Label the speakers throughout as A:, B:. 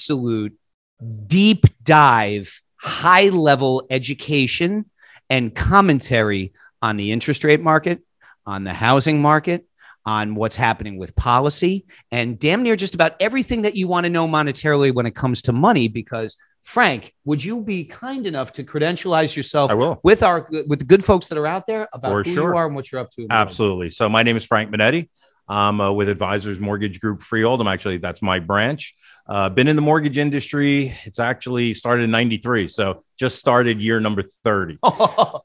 A: absolute deep dive, high level education and commentary on the interest rate market, on the housing market, on what's happening with policy, and damn near just about everything that you want to know monetarily when it comes to money. Because, Frank, would you be kind enough to credentialize yourself
B: I will.
A: with our with the good folks that are out there about
B: For
A: who
B: sure.
A: you are and what you're up to? in the world?
B: Absolutely. So my name is Frank Minetti. I'm uh, with Advisors Mortgage Group Freehold. I'm actually that's my branch. Uh, been in the mortgage industry. It's actually started in '93, so just started year number thirty.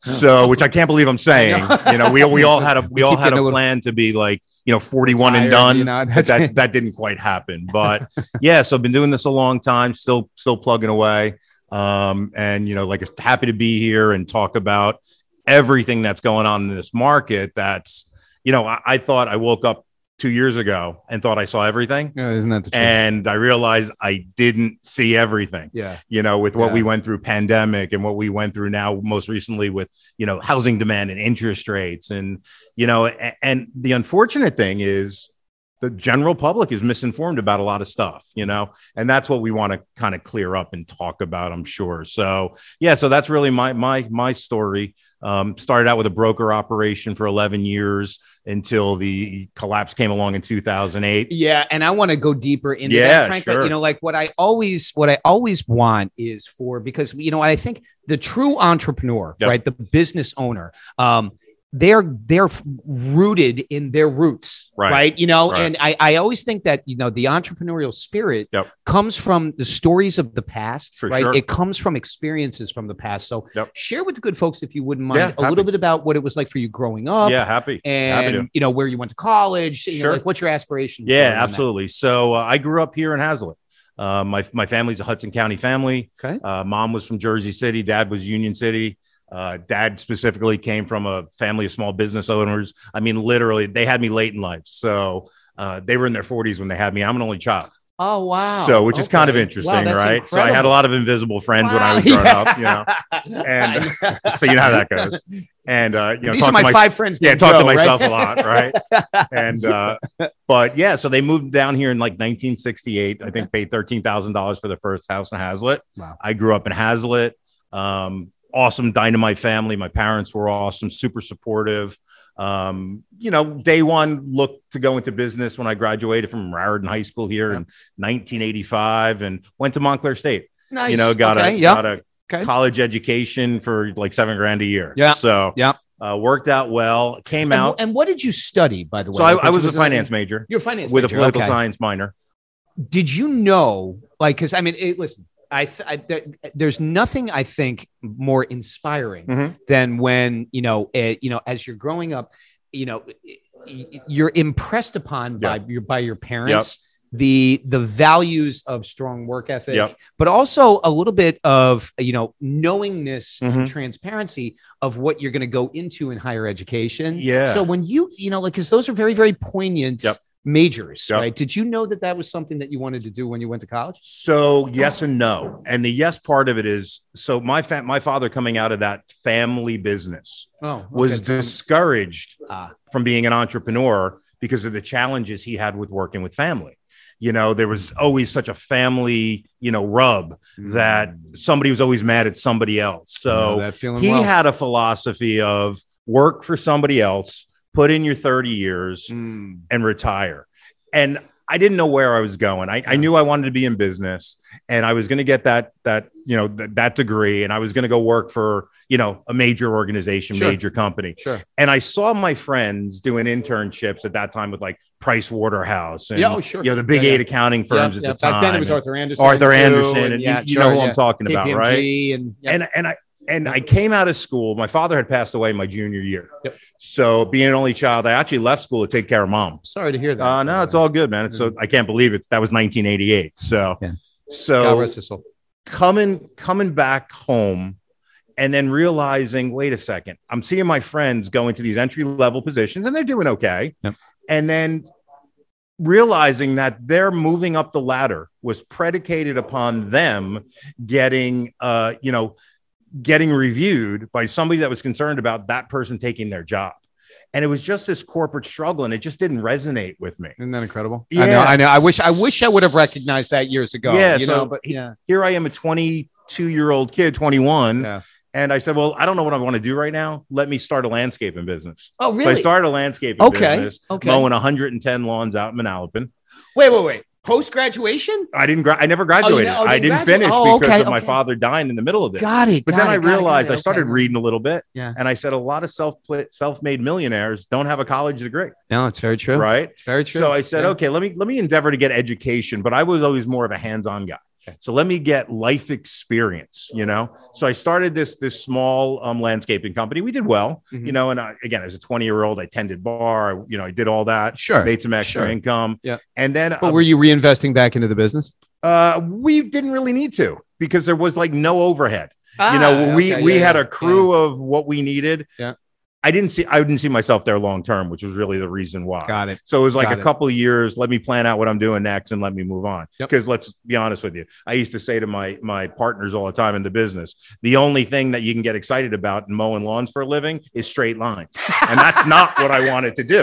B: So, which I can't believe I'm saying.
A: I know.
B: You know, we we all had a we
A: We
B: all
A: keep
B: had
A: getting a
B: a
A: little-
B: plan to be like you know 41 and
A: Tired,
B: done.
A: you know,
B: but
A: that's-
B: that that didn't quite happen. But yeah, so I've been doing this a long time, still still plugging away. Um, and you know, like happy to be here and talk about everything that's going on in this market. That's you know, I, I thought I woke up two years ago and thought I saw everything,
A: Yeah, isn't that the truth?
B: and I realized I didn't see everything
A: yeah.
B: you know, with what
A: Yeah.
B: we went through pandemic and what we went through now most recently with, you know, housing demand and interest rates. And, you know, and, and the unfortunate thing is the general public is misinformed about a lot of stuff, you know, and that's what we want to kind of clear up and talk about, I'm sure. So, yeah, so that's really my, my, my story. Um, started out with a broker operation for 11 years until the collapse came along in 2008.
A: Yeah, and I want to go deeper into
B: Yeah,
A: that, Frank.
B: sure.
A: But, you know, like what I always what I always want is for because you know I think the true entrepreneur,
B: Yep.
A: right, the business owner, um, they're they're rooted in their roots,
B: Right.
A: right? You know,
B: Right.
A: and I I always think that you know the entrepreneurial spirit
B: Yep.
A: comes from the stories of the past,
B: For
A: right?
B: sure.
A: It comes from experiences from the past. So
B: Yep.
A: share with the good folks if you wouldn't mind
B: Yeah,
A: a little
B: happy.
A: bit about what it was like for you growing up.
B: Yeah, happy. Happy to.
A: And you know where you went to college, you
B: Sure.
A: know, like what's your aspiration?
B: Yeah, absolutely. So uh, I grew up here in Hazlitt. Uh, my my family's a Hudson County family.
A: Okay.
B: Uh, mom was from Jersey City. Dad was Union City. Uh, dad specifically came from a family of small business owners. I mean, literally, they had me late in life. So uh, they were in their 40s when they had me. I'm an only child.
A: Oh wow!
B: So, which is kind of
A: Okay.
B: interesting,
A: Wow, that's
B: right? So I had a
A: incredible.
B: lot of invisible friends when I
A: Wow,
B: was growing
A: yeah.
B: up. You know, and so you know how that goes. And uh, you know,
A: these
B: talk
A: are my,
B: to my-
A: five friends.
B: yeah,
A: named
B: talk to
A: Joe, right?
B: myself a lot, right? and uh, but yeah, so they moved down here in like 1968. I think paid thirteen thousand dollars for the first house in Hazlitt.
A: Wow.
B: I grew up in Hazlitt. Um, awesome dynamite family. My parents were awesome, super supportive. Um, you know, day one looked to go into business when I graduated from Raritan High School here in 1985, and went to Montclair State.
A: nice.
B: You know, got
A: okay,
B: a
A: yeah.
B: got a
A: Okay.
B: college education for like seven grand a year.
A: Yeah.
B: So
A: Yeah.
B: uh, worked out well. Came
A: And,
B: out.
A: and what did you study, by the way?
B: so I,
A: Like,
B: I
A: what
B: was a
A: it-
B: finance major
A: You're a finance
B: with a
A: major,
B: political
A: okay.
B: science minor.
A: Did you know, like, because I mean, it, listen, I, th- I th- there's nothing I think more inspiring
B: Mhm.
A: than when you know, eh, you know, as you're growing up, you know, y- y- you're impressed upon by your by your parents. The the values of strong work ethic,
B: Yep.
A: but also a little bit of you know knowingness
B: Mhm.
A: and transparency of what you're going to go into in higher education.
B: Yeah.
A: So when you you know like because those are very very poignant
B: Yep.
A: majors,
B: Yep.
A: right? Did you know that that was something that you wanted to do when you went to college?
B: So yes and no. And the yes part of it is so my fa- my father coming out of that family business
A: Oh, okay.
B: was discouraged
A: Ah.
B: from being an entrepreneur because of the challenges he had with working with family. You know, there was always such a family, you know, rub that somebody was always mad at somebody else. So
A: Yeah, Mm, that feeling
B: he
A: well.
B: had a philosophy of work for somebody else, put in your 30 years,
A: Mm.
B: and retire. And I didn't know where I was going. I, I
A: Yeah.
B: knew I wanted to be in business and I was going to get that, that, you know, th- that degree. And I was going to go work for, you know, a major organization,
A: Sure.
B: major company.
A: Sure.
B: And I saw my friends doing internships at that time with like Price Waterhouse and,
A: Yeah, oh, sure.
B: you know, the big
A: Yeah, yeah.
B: eight accounting firms
A: Yep,
B: at
A: yep.
B: the time.
A: Back then it was
B: and
A: Arthur Anderson.
B: Arthur
A: too,
B: Anderson. And,
A: yeah,
B: you, you
A: sure,
B: know who
A: yeah.
B: I'm talking about,
A: KPMG
B: right?
A: And yeah.
B: and and I and
A: Yeah.
B: I came out of school. My father had passed away my junior year,
A: Yep.
B: so being an only child, I actually left school to take care of mom.
A: sorry to hear that.
B: Uh, no, it's all good, man. It's so I can't believe it. That was 1988. So
A: Mm-hmm. Yeah. God
B: so
A: rest his soul.
B: coming coming back home, and then realizing, wait a second, I'm seeing my friends going to these entry level positions, and they're doing okay,
A: Yep.
B: and then realizing that their moving up the ladder was predicated upon them getting uh you know getting reviewed by somebody that was concerned about that person taking their job and it was just this corporate struggle and it just didn't resonate with me
A: Isn't that incredible? I know.
B: Yeah.
A: I know. I wish. I wish I would have recognized that years ago.
B: Yeah,
A: You
B: so
A: know. But
B: he-
A: yeah.
B: here i am a 22 year old kid 21
A: Yeah.
B: and i said well i don't know what i want to do right now let me start a landscaping business
A: Oh
B: so i started a landscaping
A: Okay,
B: business
A: okay.
B: mowing 110 lawns out in manalapan
A: wait. Wait. Wait. Post graduation.
B: i didn't gra- i never
A: you
B: graduated
A: ne- oh, you
B: i didn't
A: graduated.
B: finish
A: Oh,
B: because
A: okay,
B: of my
A: okay.
B: father dying in the middle of this
A: Got it.
B: but
A: got
B: then
A: it,
B: I
A: got it, got
B: realized
A: it,
B: I started
A: okay.
B: reading a little bit,
A: Yeah.
B: and I said a lot of self self made millionaires don't have a college degree,
A: No, it's very true.
B: right?
A: It's very true.
B: So I said,
A: Yeah.
B: okay, let me let me endeavor to get education, but I was always more of a hands-on guy. So let me get life experience, you know. So I started this this small um, landscaping company. We did well,
A: Mhm.
B: you know. And I, again, as a twenty year old, I tended bar, I, you know, I did all that,
A: Sure.
B: made some extra
A: Sure.
B: income,
A: Yeah.
B: And then um,
A: But were you reinvesting back into the business?
B: uh, we didn't really need to because there was like no overhead
A: Ah,
B: you know we we had a crew of what we needed
A: Yeah.
B: i didn't see i didn't see myself there long term which was really the reason why
A: Got it.
B: so it was like
A: Got
B: a
A: it.
B: couple years let me plan out what i'm doing next and let me move on
A: Yep.
B: because let's be honest with you i used to say to my my partners all the time in the business the only thing that you can get excited about in mowing lawns for a living is straight lines and that's not what i wanted to do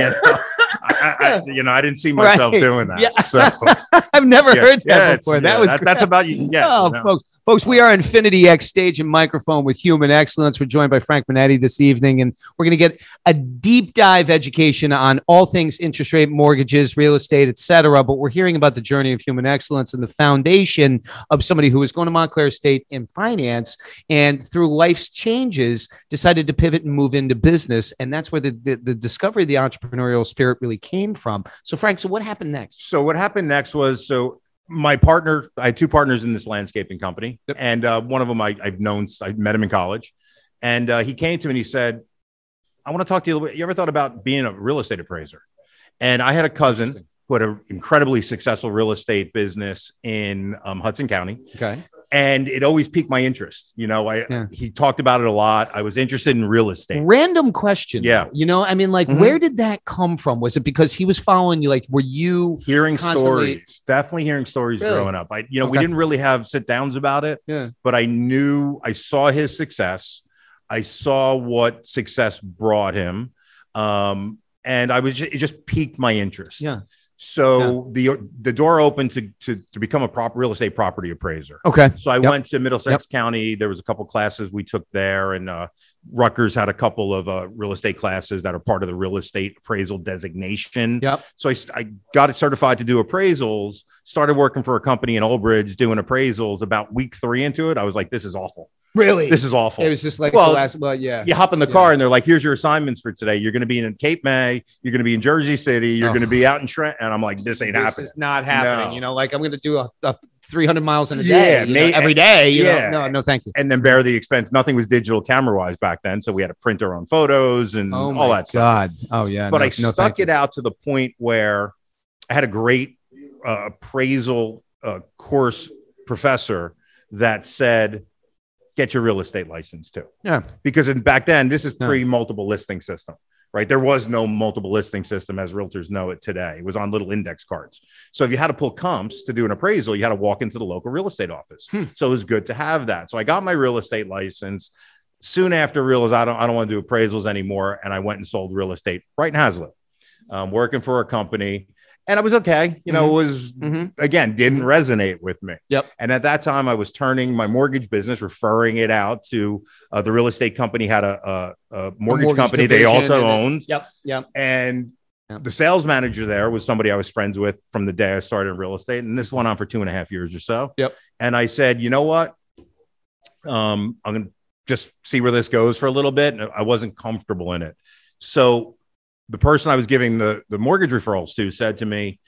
B: you know I, I, I- you know, I didn't see myself
A: Right.
B: doing that.
A: Yeah.
B: So,
A: I've never
B: yeah,
A: heard that
B: yeah, it's-
A: before.
B: yeah,
A: that was
B: that's about you. Yeah,
A: oh,
B: you know.
A: folks, folks, we are Infinity X stage and microphone with Human Excellence. We're joined by Frank Manetti this evening, and we're going to get a deep dive education on all things interest rate, mortgages, real estate, etc. But we're hearing about the journey of human excellence and the foundation of somebody who was going to Montclair State in finance and through life's changes decided to pivot and move into business, and that's where the the, the discovery of the entrepreneurial spirit really came from. So, Frank, so what happened next?
B: So what happened next was so my partner, I had two partners in this landscaping company,
A: Yep.
B: and uh, one of them I, I've known, I met him in college, and uh, he came to me and he said, "I want to talk to you. a little bit- You ever thought about being a real estate appraiser?" And I had a cousin
A: Interesting.
B: who had an incredibly successful real estate business in um, Hudson County,
A: Okay.
B: and it always piqued my interest. You know, I
A: Yeah.
B: he talked about it a lot. I was interested in real estate.
A: Random question.
B: Yeah.
A: though. You know, I mean, like,
B: Mhm.
A: where did that come from? Was it because he was following you? Like, were you?
B: hearing
A: Constantly-
B: stories definitely hearing stories
A: Really?
B: growing up i you know we
A: Okay.
B: didn't really have sit downs about it
A: Yeah.
B: but i knew i saw his success i saw what success brought him um and i was just, it just piqued my interest
A: Yeah.
B: so the the door opened to to, to become a prop real estate property appraiser
A: Okay.
B: so I
A: Yep.
B: went to Middlesex County. There was a couple classes we took there, and uh, Rutgers had a couple of uh, real estate classes that are part of the real estate appraisal designation.
A: Yep.
B: So I, I got it certified to do appraisals. Started working for a company in Old Bridge doing appraisals. About week three into it, I was like, "This is awful.
A: Really?
B: This is awful."
A: it was just like
B: Well,
A: the last. Well, yeah.
B: you hop in the
A: Yeah.
B: car and they're like, "Here's your assignments for today. You're going to be in Cape May. You're going to be in Jersey City. You're
A: Oh.
B: going to be out in Trent." And I'm like, "This ain't
A: this
B: happening."
A: is not happening.
B: No.
A: You know, like I'm going to do a, a 300 miles in a
B: Yeah,
A: day, you
B: may-
A: know, every day. You
B: yeah.
A: Know? No, no, thank you.
B: and then bear the expense. Nothing was digital camera wise back then, so we had to print our own photos and
A: Oh
B: all
A: my
B: that stuff.
A: God. Oh yeah.
B: But
A: no,
B: I
A: no,
B: stuck
A: thank you.
B: it out to the point where I had a great uh, appraisal uh, course professor that said, "Get your real estate license too."
A: Yeah.
B: because in, back then this is
A: Yeah.
B: pre multiple listing system. Right, there was no multiple listing system as realtors know it today. It was on little index cards. So if you had to pull comps to do an appraisal, you had to walk into the local real estate office.
A: Hmm.
B: So it was good to have that. So I got my real estate license soon after realized I don't I don't want to do appraisals anymore, and I went and sold real estate right in Hazlitt, um, working for a company, and I was okay. You know, it was
A: Mhm.
B: again didn't resonate with me.
A: Yep.
B: And at that time, I was turning my mortgage business, referring it out to uh, the real estate company had a, a, a mortgage,
A: mortgage
B: company they
A: division
B: also
A: and a-
B: owned,
A: Yep. Yep.
B: and
A: Yep.
B: the sales manager there was somebody I was friends with from the day I started in real estate, and this went on for two and a half years or so.
A: Yep.
B: And I said, you know what? Um, I'm gonna just see where this goes for a little bit. And I wasn't comfortable in it, so the person I was giving the the mortgage referrals to said to me,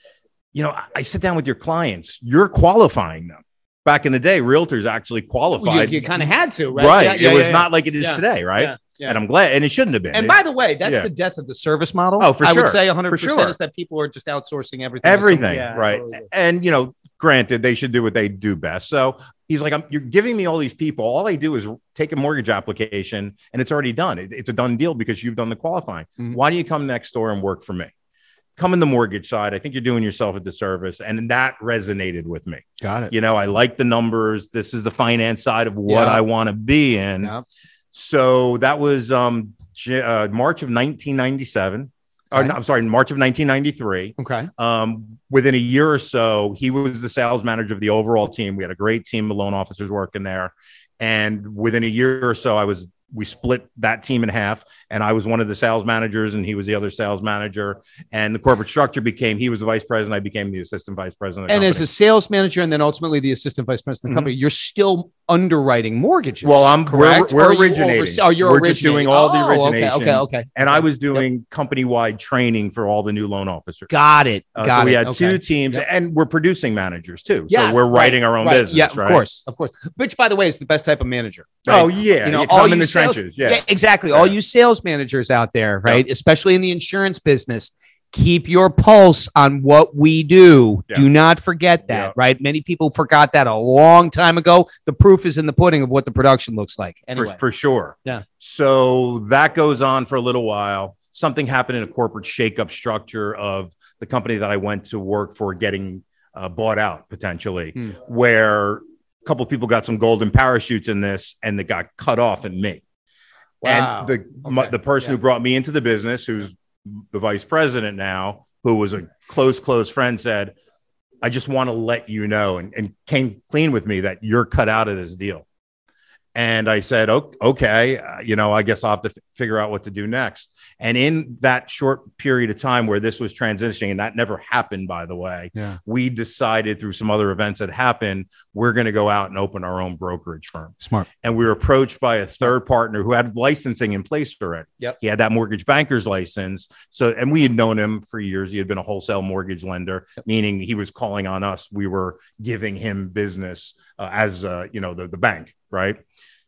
B: you know, I, I sit down with your clients, you're qualifying them. Back in the day, realtors actually
A: You,
B: qualified.
A: you kind of had to, right?
B: right?
A: Yeah, yeah,
B: it was
A: yeah,
B: not like it is
A: Yeah.
B: today, right?
A: Yeah, yeah.
B: And I'm glad, and it shouldn't have been.
A: And
B: It-
A: by the way, that's
B: Yeah.
A: the death of the service model.
B: Oh, for
A: I would
B: sure.
A: say 100%
B: sure.
A: is that people are just outsourcing everything. to
B: everything,
A: somebody- Yeah,
B: right?
A: totally.
B: And you know, granted, they should do what they do best. So he's like, I'm, "You're giving me all these people. All I do is take a mortgage application, and it's already done. It- it's a done deal because you've done the qualifying.
A: Mhm.
B: Why do you come next door and work for me? Come in the mortgage side. I think you're doing yourself a disservice." And that resonated with me.
A: Got it.
B: You know, I like the numbers. This is the finance side of what
A: Yeah.
B: I want to be in.
A: Yeah.
B: So that was um, J- uh, March of 1997. Or, no, I'm sorry, March of 1993.
A: Okay.
B: Um, within a year or so, he was the sales manager of the overall team. We had a great team of loan officers working there. And within a year or so, I was we split that team in half, and I was one of the sales managers, and he was the other sales manager. And the corporate structure became he was the vice president, I became the assistant vice president. of the
A: And as
B: company.
A: a sales manager and then ultimately the assistant vice president of the company, you're still underwriting mortgages.
B: Mm-hmm. Well, I'm- we're-
A: correct.
B: we're
A: Or you
B: originating.
A: overse- oh, you're
B: We're just
A: originating.
B: doing all the
A: Oh, okay, Okay.
B: originations.
A: Okay.
B: and I was doing company wide training for all the new loan officers.
A: Got it.
B: Uh,
A: Got
B: so
A: it.
B: we had
A: okay.
B: two teams,
A: Yep.
B: and we're producing managers too.
A: Yeah,
B: so we're writing our own
A: Right.
B: business.
A: yeah,
B: right?
A: of course, of course. Which, by the way, is the best type of manager. right?
B: Oh yeah,
A: You
B: you
A: know,
B: know,
A: all
B: in
A: you
B: the
A: sales-
B: trenches. Yeah.
A: Yeah, exactly. All
B: Yeah.
A: you sales managers out there, right? Especially in the insurance business, keep your pulse on what we do.
B: Yeah.
A: Do not forget that,
B: Yeah.
A: right? Many people forgot that a long time ago. The proof is in the pudding of what the production looks like. Anyway,
B: for, for sure.
A: Yeah.
B: So that goes on for a little while. Something happened in a corporate shakeup structure of the company that I went to work for getting uh, bought out potentially,
A: Hmm.
B: where a couple of people got some golden parachutes in this and they got cut off in me.
A: Wow.
B: And the my,
A: Okay.
B: the person who brought me into the business, who's the vice president now, who was a close close friend, said, "I just want to let you know," and, and came clean with me that you're cut out of this deal. And I said, "O- "Okay, uh, you know, I guess I'll have to f- figure out what to do next." And in that short period of time where this was transitioning, and that never happened, by the way,
A: Yeah.
B: we decided through some other events that happened, we're going to go out and open our own brokerage firm
A: smart.
B: and we were approached by a third partner who had licensing in place already.
A: Yep.
B: He had that mortgage banker's license. So, and we had known him for years. He had been a wholesale mortgage lender, meaning he was calling on us. We were giving him business uh, as, uh, you know, the, the bank, right?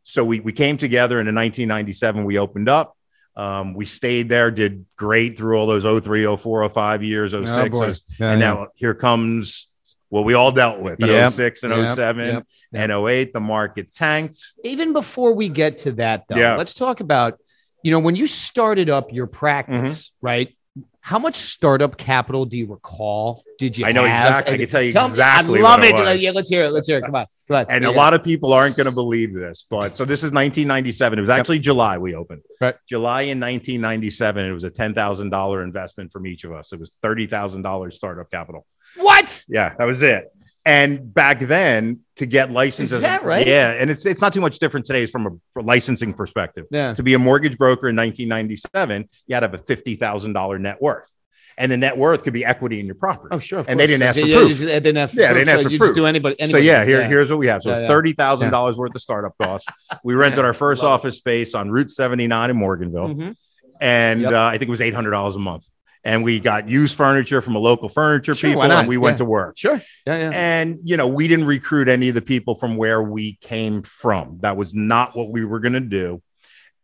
B: So we, we came together and in 1997, we opened up. Um, we stayed there, did great through all those 03, 04, 05 years, 06,
A: Oh, boy. Yeah,
B: and now here comes what we all dealt with in
A: Yep.
B: 06 and
A: Yep.
B: 07
A: Yep. Yep.
B: and 08. The market tanked.
A: even before we get to that though
B: Yeah.
A: let's talk about you know when you started up your practice
B: Mm-hmm.
A: right how much startup capital do you recall did you
B: I know
A: have?
B: exactly. I can tell you
A: Tell me-
B: exactly.
A: i love
B: what
A: it Uh,
B: it. was.
A: yeah let's hear it let's hear it come on, come on.
B: and
A: Yeah.
B: a lot of people aren't going to believe this, but so this is 1997. It was actually July we opened.
A: Right.
B: July in 1997. It was a ten thousand dollar investment from each of us. It was thirty thousand dollars startup capital.
A: what
B: Yeah, that was it. And back then, to get licenses,
A: Is that right?
B: Yeah, and it's it's not too much different today is from a from a licensing perspective.
A: yeah
B: To be a mortgage broker in 1997, you had to have a fifty thousand dollar net worth, and the net worth could be equity in your property.
A: oh sure of
B: And they
A: course.
B: didn't ask for
A: Yeah,
B: proof.
A: they didn't have
B: Yeah, they didn't
A: so
B: ask for
A: you just
B: proof.
A: do anybody,
B: So
A: anybody
B: yeah, here, here's what we have. So
A: Yeah,
B: it's
A: yeah.
B: thirty thousand dollars worth of startup costs. We rented our first
A: Love it.
B: office space on Route 79 in Morganville,
A: Mhm.
B: and
A: Yep.
B: uh, I think it was eight hundred dollars a month. And we got used furniture from a local furniture
A: Sure, why
B: people,
A: not?
B: and we went
A: Yeah.
B: to work.
A: sure yeah yeah
B: And you know, we didn't recruit any of the people from where we came from. That was not what we were going to do.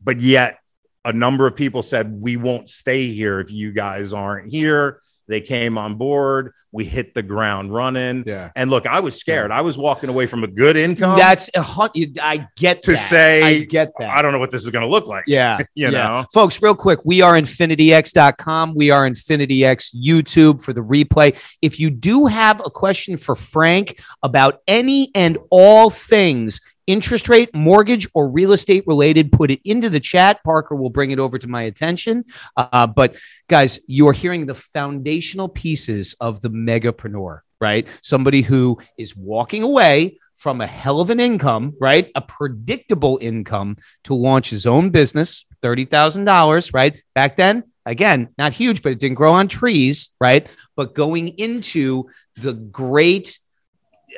B: But yet, a number of people said, "We won't stay here if you guys aren't here." They came on board. We hit the ground running.
A: yeah
B: And look, I was scared. I was walking away from a good income
A: that's a hun- you- i get
B: to
A: that.
B: say,
A: i
B: I,
A: get that
B: don't know what this is going to look like.
A: yeah
B: You know?
A: folks real quick we are infinityx.com we are infinityx youtube for the replay if you do have a question for frank about any and all things interest rate mortgage or real estate related put it into the chat parker will bring it over to my attention uh, but guys you're hearing the foundational pieces of the megapreneur right somebody who is walking away from a hell of an income right a predictable income to launch his own business, $30,000, right? Back then, again, not huge, but it didn't grow on trees, right? But going into the great,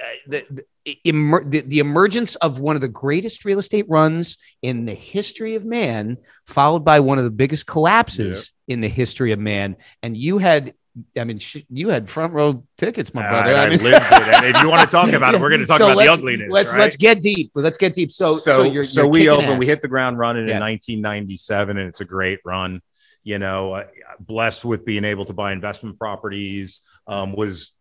A: uh, the, the, emer- the, the emergence of one of the greatest real estate runs in the history of man, followed by one of the biggest collapses in the history of man. And you had, I mean, sh- you had front row tickets, my brother.
B: I, I
A: I mean,
B: lived it. Uh, And if you want to talk about it, we're going to talk
A: So
B: about the
A: let's-
B: ugliness.
A: Let's
B: right?
A: let's get deep. Let's get deep. So so, you're,
B: so
A: you're
B: we
A: kicking
B: opened, we
A: ass.
B: hit the ground running
A: Yeah.
B: in 1997, and it's a great run. You know, uh, blessed with being able to buy investment properties, um, was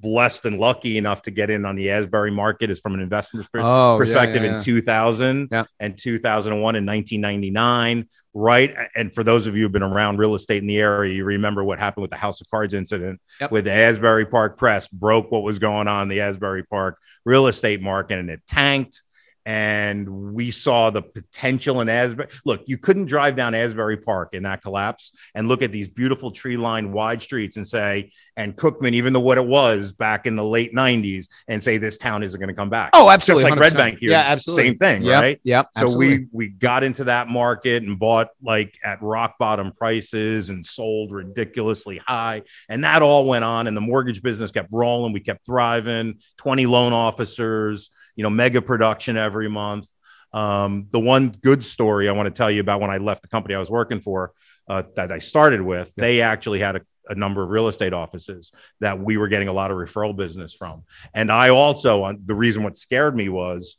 B: blessed and lucky enough to get in on the Asbury market as from an investment perspective.
A: oh, yeah,
B: perspective
A: yeah, yeah.
B: in 2000
A: Yeah.
B: and 2001 and 1999 right and for those of you who've been around real estate in the area you remember what happened with the house of cards incident
A: Yep.
B: with the asbury park press broke what was going on in the asbury park real estate market and it tanked and we saw the potential in Asbury. Look, you couldn't drive down Asbury Park in that collapse and look at these beautiful tree lined wide streets and say, and Cookman, even though what it was back in the late 90s, and say this town isn't going to come back.
A: Oh, absolutely.
B: Just like Red
A: 100%.
B: Bank here.
A: Yeah, absolutely.
B: Same thing,
A: Yep,
B: right?
A: Yep.
B: So
A: absolutely.
B: we we got into that market and bought like at rock bottom prices and sold ridiculously high. And that all went on and the mortgage business kept rolling, we kept thriving, 20 loan officers, you know, mega production every month. Um, the one good story I want to tell you about when I left the company I was working for uh, that I started with,
A: Yeah.
B: they actually had a, a number of real estate offices that we were getting a lot of referral business from. And I also, on the reason what scared me was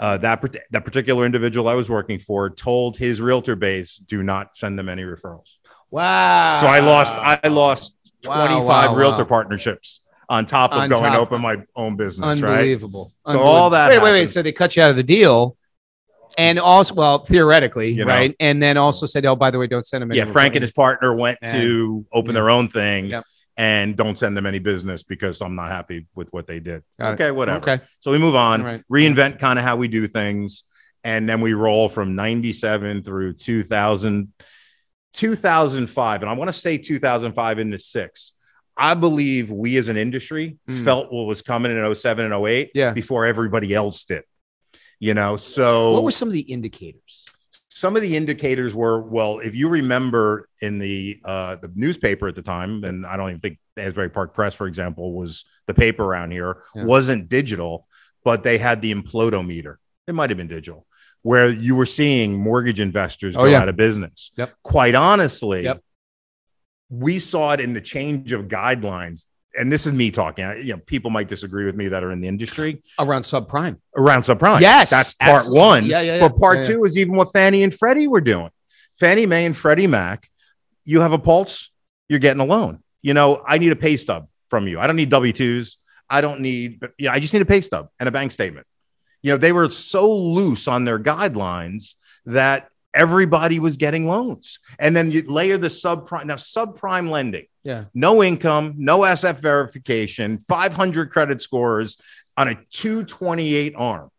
B: uh, that part- that particular individual I was working for told his realtor base, "Do not send them any referrals."
A: wow.
B: so I lost I lost
A: Ah. Wow,
B: twenty five
A: wow,
B: realtor
A: wow.
B: partnerships on top of
A: On
B: going
A: top.
B: to open my own business. Right?
A: Unbelievable.
B: So all that
A: Wait, wait, wait.
B: happened.
A: So they cut you out of the deal, and also, well, theoretically,
B: You know.
A: right? And then also said, "Oh, by the way, don't send them." any
B: Yeah, Frank and
A: recordings.
B: his partner went to open their own thing.
A: Yep.
B: And don't send them any business because I'm not happy with what they did.
A: Got it.
B: okay, whatever.
A: Okay.
B: So we move on,
A: Right.
B: reinvent kind of how we do things. And then we roll from 97 through 2000, 2005. And I want to say 2005 into six. I believe we as an industry
A: Mm.
B: felt what was coming in 07 and 08
A: Yeah.
B: before everybody else did. You know, so
A: What were some of the indicators?
B: some of the indicators were well if you remember in the uh, the newspaper at the time and i don't even think the asbury park press for example was the paper around here
A: Yeah.
B: wasn't digital but they had the implodometer it might have been digital where you were seeing mortgage investors
A: Oh,
B: go
A: yeah.
B: out of business
A: Yep.
B: quite honestly
A: Yep.
B: we saw it in the change of guidelines and this is me talking I- you know people might disagree with me that are in the industry
A: around subprime.
B: around subprime
A: Yes,
B: that's part
A: absolutely.
B: one
A: Yeah, yeah, yeah.
B: but part
A: Yeah, yeah.
B: two is even what Fannie and Freddie were doing. Fannie Mae and Freddie Mac, you have a pulse, you're getting a loan. You know, I need a pay stub from you. I don't need W 2s. I don't need, but, you know, I just need a pay stub and a bank statement. You know, they were so loose on their guidelines that everybody was getting loans. And then you layer the subprime. Now, subprime lending,
A: Yeah.
B: no income, no SF verification, 500 credit scores on a 228 arm.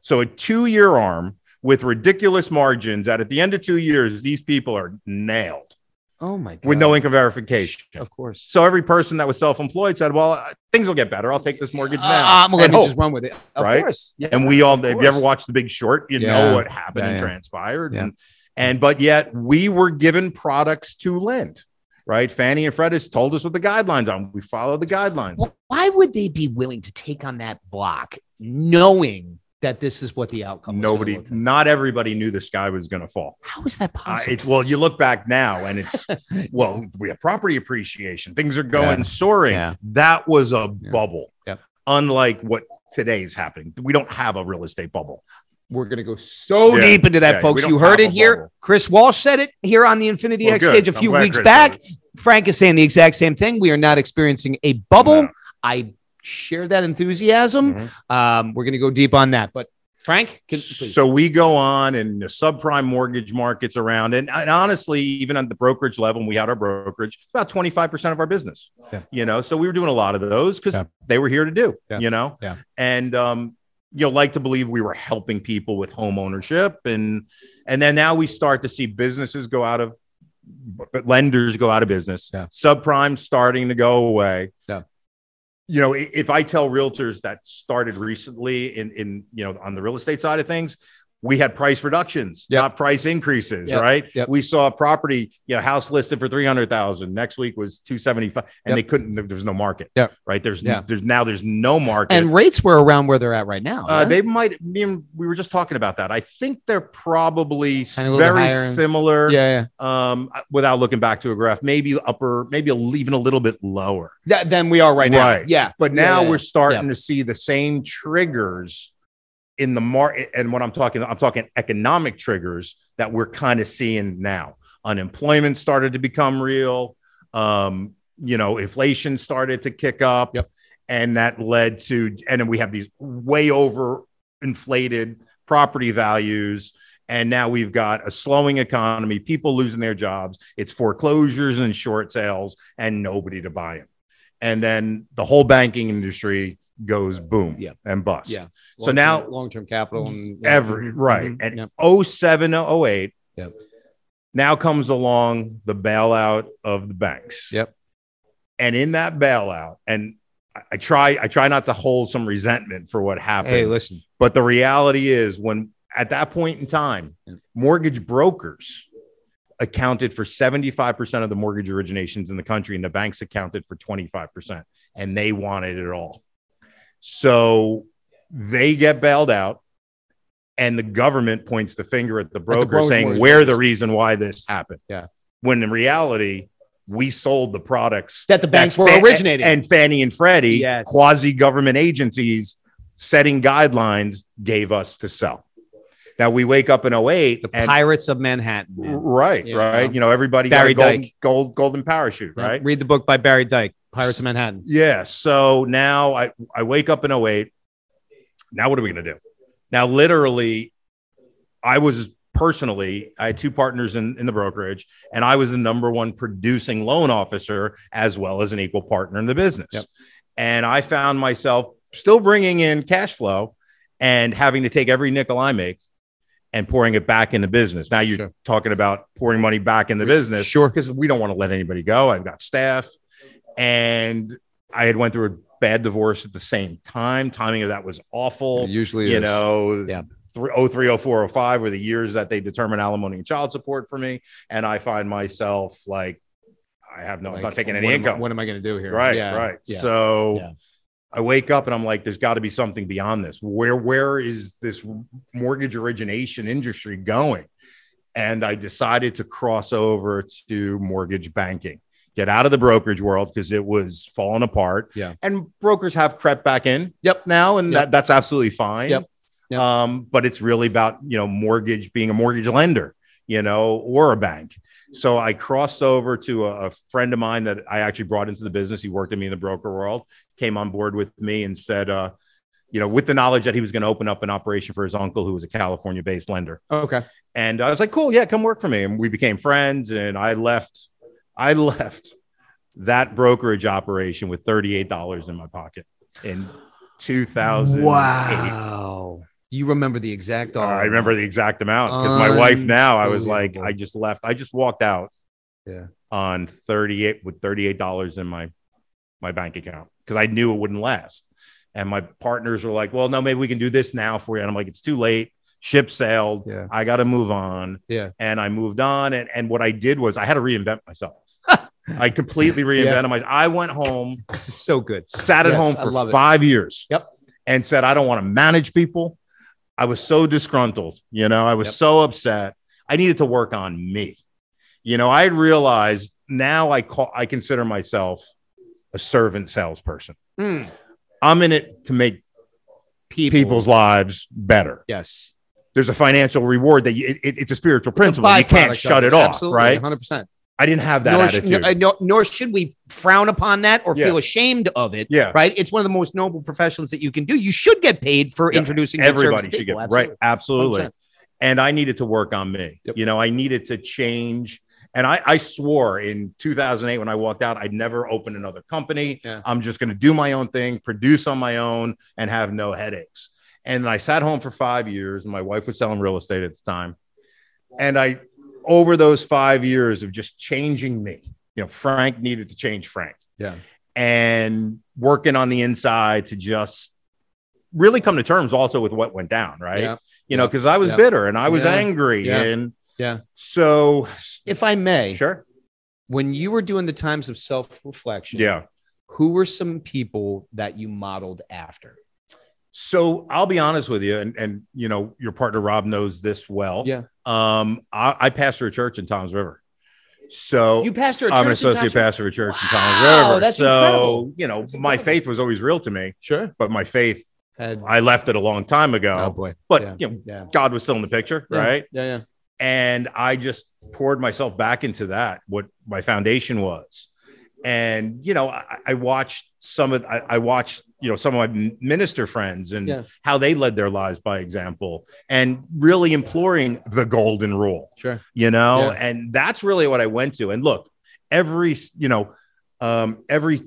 B: So a two year arm with ridiculous margins that at the end of two years, these people are nailed
A: Oh my god.
B: with no income verification.
A: Of course.
B: So every person that was self employed said, Well, uh, things will get better. I'll take this mortgage
A: Uh,
B: now.
A: I'm going
B: and,
A: to
B: hope.
A: just run with it. Of
B: right?
A: course. Yeah.
B: and we all,
A: Of
B: if you ever
A: course.
B: watched The Big Short, you
A: Yeah.
B: know what happened
A: Yeah,
B: and
A: yeah.
B: transpired.
A: Yeah.
B: And, and, but yet we were given products to lend, right? Fannie and Fred has told us what the guidelines are. We follow the guidelines.
A: Why would they be willing to take on that block, knowing that this is what the outcome? was gonna
B: Nobody,
A: look like?
B: not everybody knew the sky was going to fall.
A: How is that
B: Uh,
A: possible?
B: it's well, you look back now and it's well, we have property appreciation, things are going
A: Yeah.
B: soaring.
A: Yeah.
B: That was a
A: Yeah.
B: bubble,
A: Yep.
B: unlike what today is happening. We don't have a real estate bubble.
A: We're going to go so
B: Yeah,
A: deep into that,
B: yeah, we
A: folks.
B: don't
A: You heard
B: have
A: it
B: a
A: here.
B: bubble.
A: Chris Walsh said it here on the Infinity
B: Well,
A: X
B: good.
A: stage a
B: I'm
A: few
B: glad
A: weeks
B: Chris
A: back.
B: said it.
A: Frank is saying the exact same thing. We are not experiencing a bubble.
B: No.
A: I share that enthusiasm.
B: Mhm.
A: Um, we're going to go deep on that. But Frank, can, please.
B: So we go on and the subprime mortgage markets around. And, and honestly, even on the brokerage level, when we had our brokerage, it's about 25% of our business,
A: Yeah.
B: you know, so we were doing a lot of those because
A: Yeah.
B: they were here to do,
A: Yeah.
B: you know,
A: Yeah.
B: and, um, you know, like to believe we were helping people with home ownership. And, and then now we start to see businesses go out of, but lenders go out of business,
A: Yeah.
B: subprime starting to go away you know, i- if I tell realtors that started recently in in you know on the real estate side of things, we had price reductions,
A: Yep.
B: not price increases,
A: Yep.
B: right?
A: Yep.
B: We saw a property, you know, house listed for three hundred thousand. Next week was two seventy five, and
A: Yep.
B: they couldn't. There was no market,
A: Yep.
B: right? There's
A: Yeah.
B: there's now there's no market.
A: and rates were around where they're at right now.
B: uh,
A: right?
B: they might. Me and we were just talking about that. I think they're probably
A: Kinda a little bit
B: very
A: higher.
B: similar.
A: yeah, yeah.
B: Um, without looking back to a graph, maybe upper, maybe a- even a little bit lower.
A: Th- than we are right now.
B: Right.
A: Yeah.
B: But
A: Yeah,
B: now
A: yeah,
B: we're
A: yeah.
B: starting to see the same triggers in the market. And when I'm talking, I'm talking economic triggers that we're kind of seeing now. Unemployment started to become real. Um, you know, inflation started to kick up.
A: Yep.
B: And that led to, and then we have these way over inflated property values. And now we've got a slowing economy, people losing their jobs, it's foreclosures and short sales, and nobody to buy them and then the whole banking industry goes boom
A: Yeah.
B: and bust.
A: Yeah.
B: So now-
A: long term capital and
B: Every right.
A: Mhm.
B: And
A: Yep.
B: oh seven oh eight.
A: Yep.
B: Now comes along the bailout of the banks.
A: Yep.
B: And in that bailout, and I- I try I try not to hold some resentment for what happened.
A: Hey, listen.
B: But the reality is, when at that point in time,
A: Yeah.
B: mortgage brokers accounted for 75% of the mortgage originations in the country, and the banks accounted for 25%, and they wanted it all. So they get bailed out, and the government points the finger at the broker
A: broker
B: saying,
A: mortgage
B: We're the
A: brokers."
B: reason why this happened.
A: Yeah.
B: When in reality, we sold the products
A: That the banks
B: that
A: were
B: Fa-
A: originating.
B: And Fannie and Freddie,
A: Yes.
B: quasi government agencies setting guidelines, gave us to sell. Now we wake up in 08.
A: the
B: and-
A: Pirates of Manhattan. man.
B: right,
A: Yeah.
B: right. You know, everybody
A: Barry
B: got a golden,
A: Dyke.
B: gold, golden parachute,
A: Yeah,
B: right?
A: Read the book by Barry Dyke, Pirates of Manhattan.
B: Yeah. So now I, I wake up in 08. Now what are we going to do? Now, literally, I was personally, I had two partners in, in the brokerage, and I was the number one producing loan officer as well as an equal partner in the business.
A: Yep.
B: And I found myself still bringing in cash flow and having to take every nickel I make and pouring it back into business. Now you're
A: Sure.
B: talking about pouring money back in the business
A: Sure.
B: because we don't want to let anybody go. I've got staff, and I had went through a bad divorce at the same time. Timing of that was awful.
A: usually
B: You know, oh,
A: Yeah.
B: thr- 03, 04, 05 were the years that they determined alimony and child support for me, and I find myself like I have no, I'm not taking any
A: what Am,
B: income.
A: I- what am I going to do here?
B: right,
A: Yeah,
B: right.
A: Yeah.
B: So.
A: Yeah.
B: I wake up and I'm like, there's got to be something beyond this. Where where is this mortgage origination industry going? And I decided to cross over to mortgage banking, get out of the brokerage world because it was falling apart.
A: Yeah.
B: And brokers have crept back in.
A: Yep.
B: Now, and
A: Yep.
B: that, that's absolutely fine.
A: Yep. Yep.
B: Um, but it's really about you know mortgage being a mortgage lender, you know, or a bank. So I crossed over to a, a friend of mine that I actually brought into the business. He worked at me in the broker world, came on board with me and said, uh, you know, with the knowledge that he was going to open up an operation for his uncle who was a California based lender.
A: okay.
B: And I was like, cool, yeah, come work for me. And we became friends. And I left, I left that brokerage operation with $38 in my pocket in 2000.
A: Wow. You remember the exact dollar.
B: I remember the exact amount because my wife now, I was like,
A: Unbelievable.
B: I just left. I just walked out
A: Yeah.
B: on 38 with $38 in my, my bank account because I knew it wouldn't last. And my partners were like, well, no, maybe we can do this now for you. And I'm like, it's too late. Ship sailed.
A: Yeah.
B: I got to move on.
A: Yeah.
B: And I moved on. And, and what I did was I had to reinvent myself. I completely reinvented myself. I went home,
A: This is so good.
B: sat at
A: Yes,
B: home
A: I
B: for
A: love it.
B: five years.
A: Yep.
B: And said, I don't want to manage people. I was so disgruntled. You know, I was
A: Yep.
B: so upset. I needed to work on me. You know, I realized now I call I consider myself a servant salesperson.
A: Mm.
B: I'm in it to make
A: People.
B: people's lives better
A: Yes.
B: there's a financial reward that you, it, it- it's a spiritual
A: It's a
B: principle. You
A: byproduct
B: can't
A: of
B: shut it off,
A: Absolutely,
B: right?
A: 100%.
B: I didn't have that
A: nor, sh-
B: attitude.
A: no- uh, no- nor should we frown upon that or
B: Yeah.
A: feel ashamed of it.
B: yeah,
A: Right? It's one of the most noble professions that you can do. You should get paid for
B: Yeah.
A: introducing good service
B: everybody
A: to
B: should get
A: people.
B: right. Absolutely.
A: 100%.
B: And I needed to work on me.
A: Yep.
B: You know, I needed to change. And I, I swore in 2008 when I walked out, I'd never open another company.
A: Yeah.
B: I'm just going to do my own thing, produce on my own, and have no headaches. And I sat home for five years, and my wife was selling real estate at the time. And I, over those five years of just changing me, you know, Frank needed to change Frank.
A: Yeah.
B: And working on the inside to just really come to terms also with what went down, right?
A: Yeah.
B: You know,
A: Yeah.
B: because I was
A: Yeah.
B: bitter and I was
A: Yeah.
B: angry.
A: Yeah.
B: And
A: Yeah.
B: So,
A: If I may,
B: sure.
A: when you were doing the times of self reflection,
B: Yeah.
A: who were some people that you modeled after?
B: So I'll be honest with you, and and you know your partner Rob knows this well.
A: Yeah.
B: Um, I, I pastor a church in Tom's River, so
A: You pastor a church
B: I'm an
A: in
B: associate
A: Thompson-
B: pastor of a church in Tom's
A: Wow,
B: River.
A: that's
B: so
A: incredible.
B: you know
A: That's
B: my
A: incredible.
B: faith was always real to me,
A: Sure.
B: but my faith
A: Had,
B: I left it a long time ago.
A: oh boy.
B: but
A: yeah.
B: you know
A: yeah.
B: God was still in the picture,
A: Yeah.
B: right?
A: Yeah. Yeah.
B: and I just poured myself back into that what my foundation was and you know I, I watched some of I, I watched you know some of my minister friends and
A: Yeah.
B: how they led their lives by example and really imploring the golden rule
A: Sure.
B: you know
A: Yeah.
B: and that's really what i went to and look every you know um, every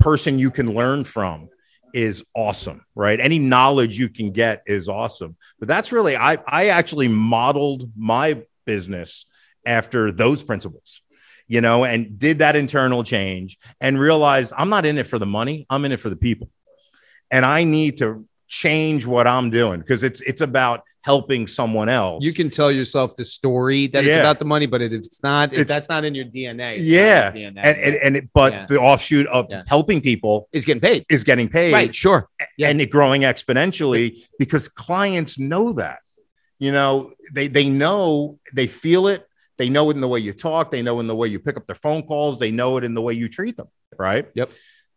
B: person you can learn from is awesome, right? Any knowledge you can get is awesome. But that's really I I actually modeled my business after those principles. You know, and did that internal change and realized I'm not in it for the money, I'm in it for the people. And I need to change what I'm doing because it's it's about helping someone else.
A: You can tell yourself the story that it's
B: Yeah.
A: about the money, but it, it's not. If
B: It's-
A: that's not in your DNA. it's not in
B: yeah.
A: your DNA.
B: and and, and it, but
A: Yeah.
B: the offshoot of
A: Yeah.
B: helping people
A: it's getting paid.
B: is getting paid
A: Right. Sure. yeah.
B: and it growing exponentially because clients know that. You know, they they know they feel it. They know it in the way you talk. They know in the way you pick up their phone calls. They know it in the way you treat them. Right.
A: Yep.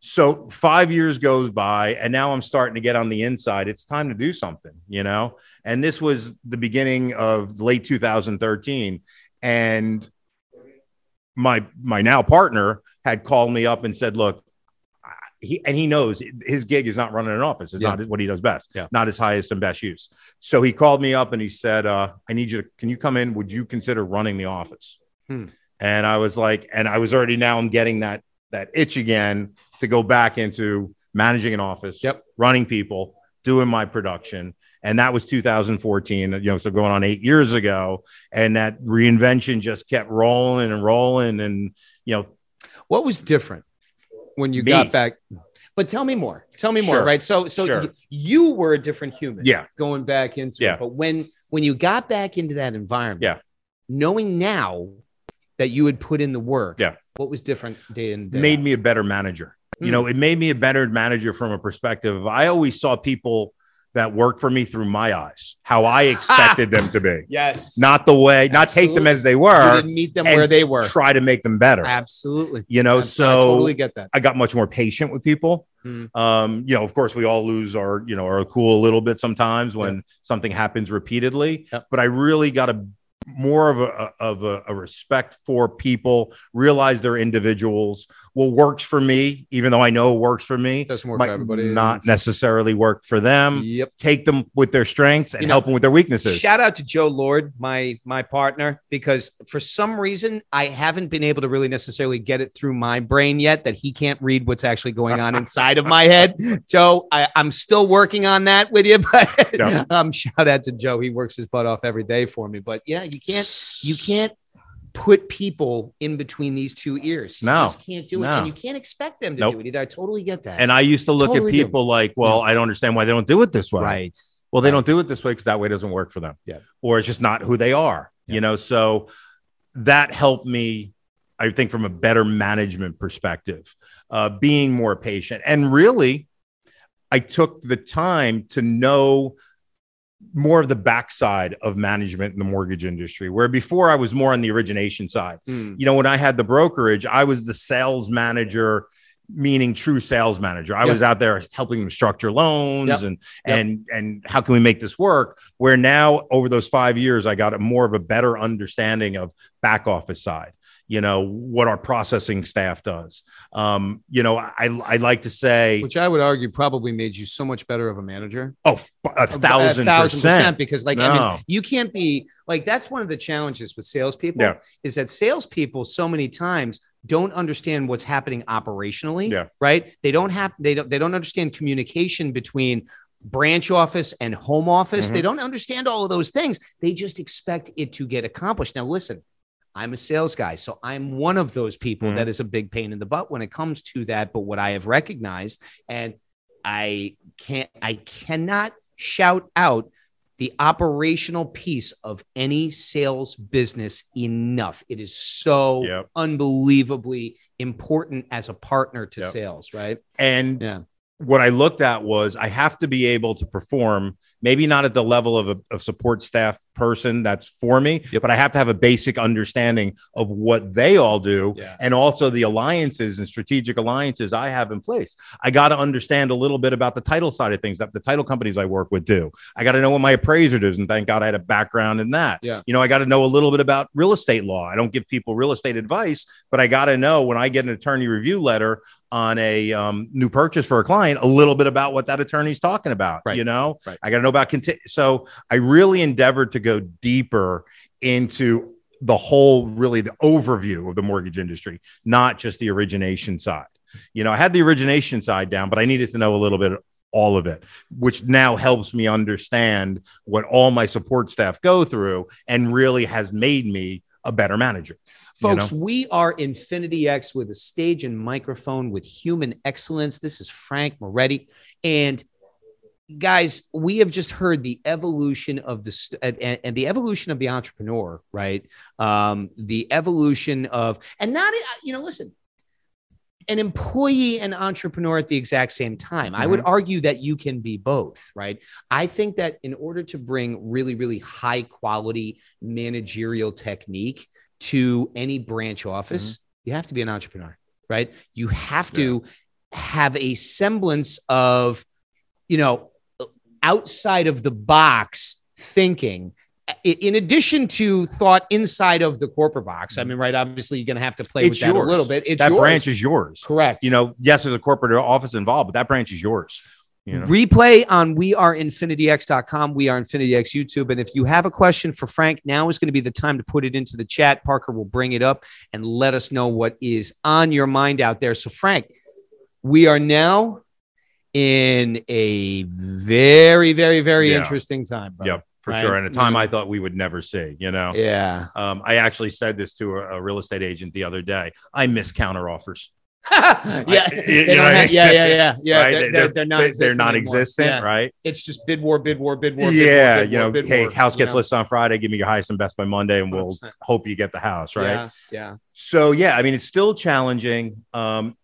B: So five years goes by, and now I'm starting to get on the inside. It's time to do something, you know. And this was the beginning of late 2013, and my my now partner had called me up and said, "Look, I- he and he knows his gig is not running an office. It's
A: Yeah.
B: not what he does best.
A: Yeah.
B: Not his highest and best use." So he called me up and he said, uh, "I need you. To, can you come in? Would you consider running the office?"
A: Hmm.
B: And I was like, and I was already now I'm getting that that itch again to go back into managing an office,
A: Yep.
B: running people, doing my production. And that was 2014, you know, so going on eight years ago. And that reinvention just kept rolling and rolling. And, you know,
A: What was different when you
B: Me.
A: got back? But tell me more. Tell me more.
B: Sure.
A: Right. So, so
B: Sure.
A: y- you were a different human.
B: yeah,
A: Going back into
B: Yeah.
A: it, but when when you got back into that environment,
B: Yeah.
A: knowing now that you had put in the work,
B: Yeah.
A: what was different day in day
B: made
A: out?
B: me a better manager.
A: Hmm.
B: You know, it made me a better manager from a perspective. I always saw people that worked for me through my eyes, how I expected them to be,
A: yes
B: not the way, not take them
A: Absolutely.
B: as they
A: you
B: were,
A: didn't meet them
B: and
A: where they were.
B: try to make them better.
A: Absolutely.
B: You know,
A: Abs-
B: so
A: I totally get that.
B: I got much more patient with people.
A: Mm.
B: Um, you know, of course, we all lose our, you know, our cool a little bit sometimes when something happens repeatedly.
A: Yep.
B: But I really got a more of a of a, a respect for people. Realize they're individuals. What works for me, even though I know it works for me,
A: It doesn't work
B: might
A: for everybody.
B: not necessarily work for them.
A: Yep.
B: Take them with their strengths and
A: You know,
B: help them with their weaknesses.
A: Shout out to Joe Lord, my my partner, because for some reason I haven't been able to really necessarily get it through my brain yet that he can't read what's actually going on inside of my head. Joe, I, I'm still working on that with you, but
B: Yeah.
A: um, shout out to Joe. He works his butt off every day for me. But yeah, you can't you can't put people in between these two ears. You
B: No.
A: just can't do it,
B: No.
A: and you can't expect them to
B: Nope.
A: do it either. I totally get that.
B: and I used to look
A: Totally
B: at people like, well, I don't understand why they don't do it this way.
A: right.
B: Well, they
A: Right.
B: don't do it this way because that way doesn't work for them.
A: Yeah.
B: Or it's just not who they are,
A: Yeah.
B: you know? So that helped me, I think, from a better management perspective, uh, being more patient. And really, I took the time to know more of the backside of management in the mortgage industry, where before I was more on the origination side
A: Mm.
B: you know, when I had the brokerage, I was the sales manager, meaning true sales manager. I
A: Yeah.
B: was out there helping them structure loans
A: Yep.
B: and
A: Yep.
B: and and how can we make this work? Where now over those five years, I got a more of a better understanding of back office side. You know what our processing staff does. Um, you know, I I like to say,
A: Which I would argue probably made you so much better of a manager.
B: oh, f- a thousand, percent.
A: because like I
B: No.
A: mean you can't be like that's one of the challenges with salespeople
B: Yeah.
A: is that salespeople so many times don't understand what's happening operationally
B: Yeah.
A: right they don't have they don't they don't understand communication between branch office and home office
B: Mhm.
A: they don't understand all of those things they just expect it to get accomplished now listen I'm a sales guy, so I'm one of those people
B: Mhm.
A: that is a big pain in the butt when it comes to that. But what I have recognized, and I can't, I cannot shout out the operational piece of any sales business enough. It is so
B: Yep.
A: unbelievably important as a partner to
B: Yep.
A: sales, right?
B: And
A: Yeah.
B: what I looked at was I have to be able to perform, maybe not at the level of a of support staff person that's for me,
A: Yep.
B: but I have to have a basic understanding of what they all do
A: Yeah.
B: and also the alliances and strategic alliances I have in place. I got to understand a little bit about the title side of things that the title companies I work with do. I got to know what my appraiser does, and thank God I had a background in that.
A: Yeah.
B: You know, I got to know a little bit about real estate law. I don't give people real estate advice, but I got to know when I get an attorney review letter on a um, new purchase for a client, a little bit about what that attorney's talking about.
A: Right.
B: You know,
A: Right.
B: I got to know about conti- so I really endeavored to go deeper into the whole, really the overview of the mortgage industry, not just the origination side. You know, I had the origination side down, but I needed to know a little bit all of it, which now helps me understand what all my support staff go through and really has made me a better manager.
A: Folks, we are Infinity X with a stage and microphone with human excellence. This is Frank Moretti. And guys, we have just heard the evolution of the st- and, and the evolution of the entrepreneur, right? Um, the evolution of, and not, uh, you know, listen, an employee and entrepreneur at the exact same time. I would argue that you can be both, right? I think that in order to bring really, really high quality managerial technique to any branch office, you have to be an entrepreneur, right? You have to have a semblance of, you know, outside of the box thinking i- in addition to thought inside of the corporate box, I mean, right? Obviously, you're going to have to play
B: Mm-hmm. It's
A: with that
B: yours.
A: a little bit. It's
B: that
A: yours.
B: branch is yours.
A: correct.
B: You know, yes, there's a corporate office involved, but that branch is yours. You know,
A: Replay on we are infinityx.com. We are Infinity X YouTube. And if you have a question for Frank, now is going to be the time to put it into the chat. Parker will bring it up and let us know what is on your mind out there. So, Frank, we are now in a very, very, very
B: Yeah.
A: interesting time. brother.
B: yep, for
A: Right.
B: sure. And a time
A: Mhm.
B: I thought we would never see, you know.
A: Yeah.
B: Um, I actually said this to a, a real estate agent the other day. I miss counter offers.
A: yeah.
B: you
A: They don't
B: know what I
A: have-
B: mean?
A: yeah. Yeah. Yeah. Yeah.
B: right?
A: They're, they're, they're not
B: they're
A: existent anymore.
B: non-existent,
A: Yeah.
B: right?
A: It's just bid war, bid war, bid war. bid war,
B: yeah,
A: bid
B: you
A: war,
B: know,
A: bid
B: hey,
A: war,
B: house
A: you
B: gets
A: know?
B: listed on Friday. Give me your highest and best by Monday, and we'll
A: 100%.
B: hope you get the house, right?
A: Yeah. Yeah.
B: So yeah, I mean, it's still challenging. Um,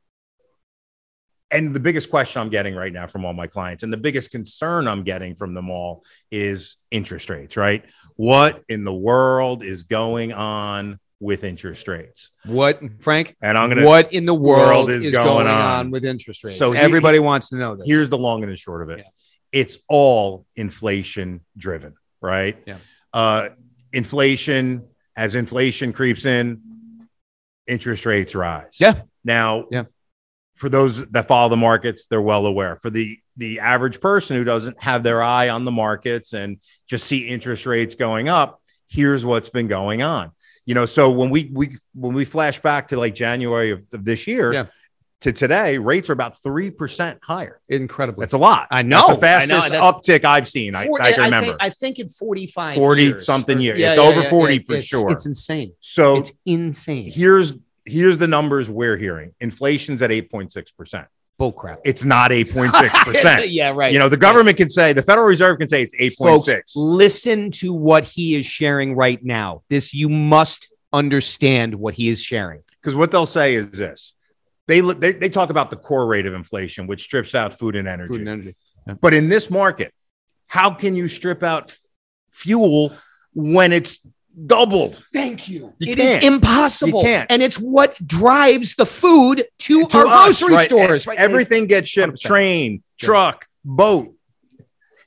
B: and the biggest question I'm getting right now from all my clients, and the biggest concern I'm getting from them all, is interest rates. Right? What in the world is going on with interest rates?
A: What, Frank?
B: And I'm gonna
A: what in the world, is, going, on.
B: on
A: with interest rates?
B: So
A: So
B: he-
A: everybody wants to know this.
B: here's the long and the short of it
A: Yeah.
B: it's all inflation driven right
A: Yeah.
B: uh inflation as inflation creeps in interest rates rise
A: Yeah.
B: now
A: Yeah.
B: for those that follow the markets they're well aware for the the average person who doesn't have their eye on the markets and just see interest rates going up here's what's been going on you know so when we we when we flash back to like january of, of this year
A: Yeah.
B: to today rates are about 3% higher
A: incredibly.
B: that's a lot.
A: I know.
B: That's the fastest
A: I know. That's-
B: uptick I've seen. I,
A: Forty-
B: I can remember.
A: think, I think in 45
B: 40
A: years,
B: something
A: or-
B: year. It's over 40 for
A: it's-
B: sure.
A: It's insane.
B: so
A: It's insane.
B: here's here's the numbers we're hearing. Inflation's at 8.6%.
A: Bull crap.
B: It's not 8.6%.
A: yeah, right.
B: You know, the government can say, the Federal Reserve can say it's
A: folks,
B: 8.6.
A: listen to what he is sharing right now. This you must understand what he is sharing.
B: Because what they'll say is this. They, li- they, they talk about the core rate of inflation, which strips out food and energy.
A: Food and e- energy.
B: But in this market, how can you strip out f- fuel when it's doubled?
A: Thank you.
B: You
A: It is
B: can't.
A: impossible.
B: You can't.
A: And it's what drives the food to,
B: to
A: our
B: us,
A: grocery
B: right?
A: stores. right?
B: Everything gets shipped
A: 100%.
B: train,
A: Yeah.
B: truck, boat.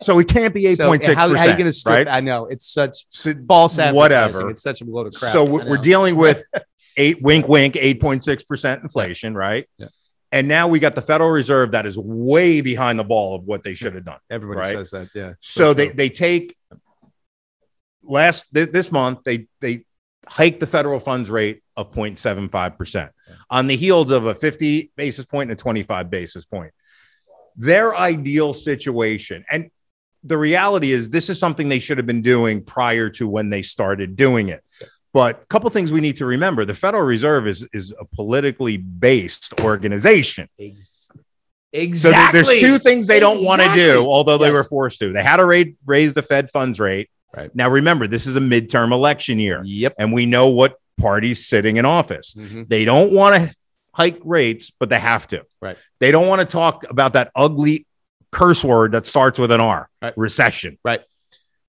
B: So it can't be 8.6%.
A: So, How, how you going to strip?
B: right?
A: I know it's such
B: So,
A: false advertising.
B: Whatever.
A: It's such a load of crap.
B: so
A: I
B: we're, we're
A: know.
B: dealing with eight wink wink 8.6% inflation, right?
A: Yeah.
B: And now we got the Federal Reserve that is way behind the ball of what they should have done.
A: Everybody
B: right?
A: says that. Yeah.
B: So they,
A: true.
B: they take last th- this month they they hiked the federal funds rate of 0.75% on the heels of a 50 basis point and a 25 basis point. Their ideal situation and the reality is this is something they should have been doing prior to when they started doing it. But a couple things we need to remember, the Federal Reserve is is a politically based organization.
A: Ex-
B: So there-
A: exactly.
B: there's two things they don't want to
A: Exactly.
B: do, although they
A: Yes.
B: were forced to. They had to raise, raise the Fed funds rate.
A: Right.
B: Now, remember, this is a midterm election year,
A: Yep. Mm-hmm.
B: and we know what party's sitting in office. They don't want to hike rates, but they have to.
A: Right.
B: They don't want to talk about that ugly curse word that starts with an R,
A: Right.
B: recession.
A: Right.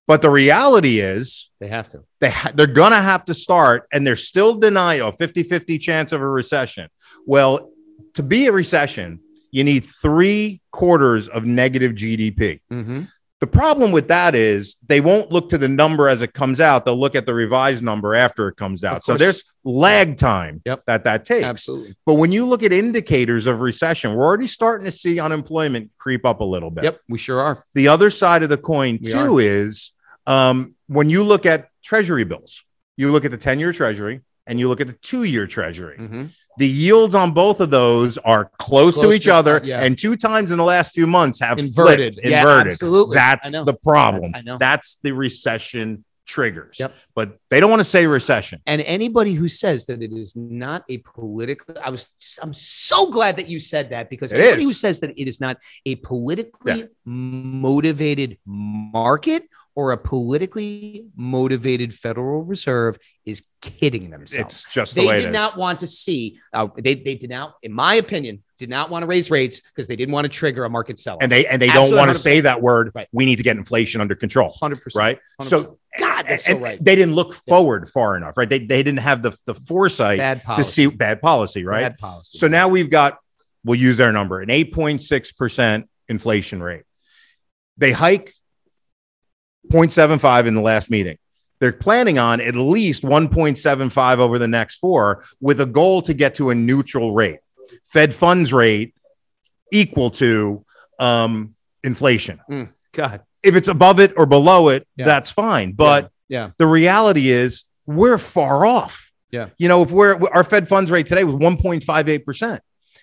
B: But the reality is,
A: They have to.
B: they ha- they're going to have to start and they're still denying a 50-50 chance of a recession well to be a recession you need three quarters of negative gdp the problem with that is they won't look to the number as it comes out they'll look at the revised number after it comes out so
A: course.
B: there's lag time
A: Yep.
B: that that takes
A: Absolutely.
B: but when you look at indicators of recession we're already starting to see unemployment creep up a little bit
A: Yep. We sure are.
B: the other side of the coin
A: We
B: too is um, when you
A: Mm. Mm-hmm.
B: look at treasury bills you look at the 10-year treasury and you look at the two-year treasury The yields on both of those are close,
C: Close
B: to each
C: to-
B: other,
C: yeah.
B: and two times in the last few months have
C: Inverted.
B: flipped,
C: Yeah,
B: inverted.
A: absolutely.
B: That's
C: I know.
B: the problem.
C: I know.
B: That's the recession triggers.
C: Yep.
B: But they don't want to say recession.
A: And anybody who says that it is not a political, I was, I'm so glad that you said that because
B: It
A: anybody
B: is.
A: who says that it is not a politically motivated market or a politically motivated Federal Reserve is kidding themselves.
B: It's just the
A: they
B: way
A: did
B: it is.
A: not want to see, uh, they, they did not, in my opinion, did not want to raise rates because they didn't want to trigger a market sell.
B: and they and they
A: Absolutely
B: don't want to
A: 100%.
B: say that word.
A: Right.
B: We need to get inflation under control.
A: 100%.
B: Right. So
A: 100%. God, that's so
B: and
A: right.
B: they didn't look
A: Yeah.
B: forward far enough. Right. They they didn't have the the foresight
A: Bad
B: to
A: policy.
B: see bad policy. Right.
A: Bad policy.
B: So now we've got, we'll use their number, an 8.6% inflation rate. They hike 0.75 in the last meeting. They're planning on at least 1.75 over the next four with a goal to get to a neutral rate, Fed funds rate equal to um, inflation.
A: God.
B: If it's above it or below it,
C: Yeah.
B: that's fine. But
C: Yeah.
B: the reality is we're far off.
C: Yeah.
B: You know, if we're our Fed funds rate today was 1.58%.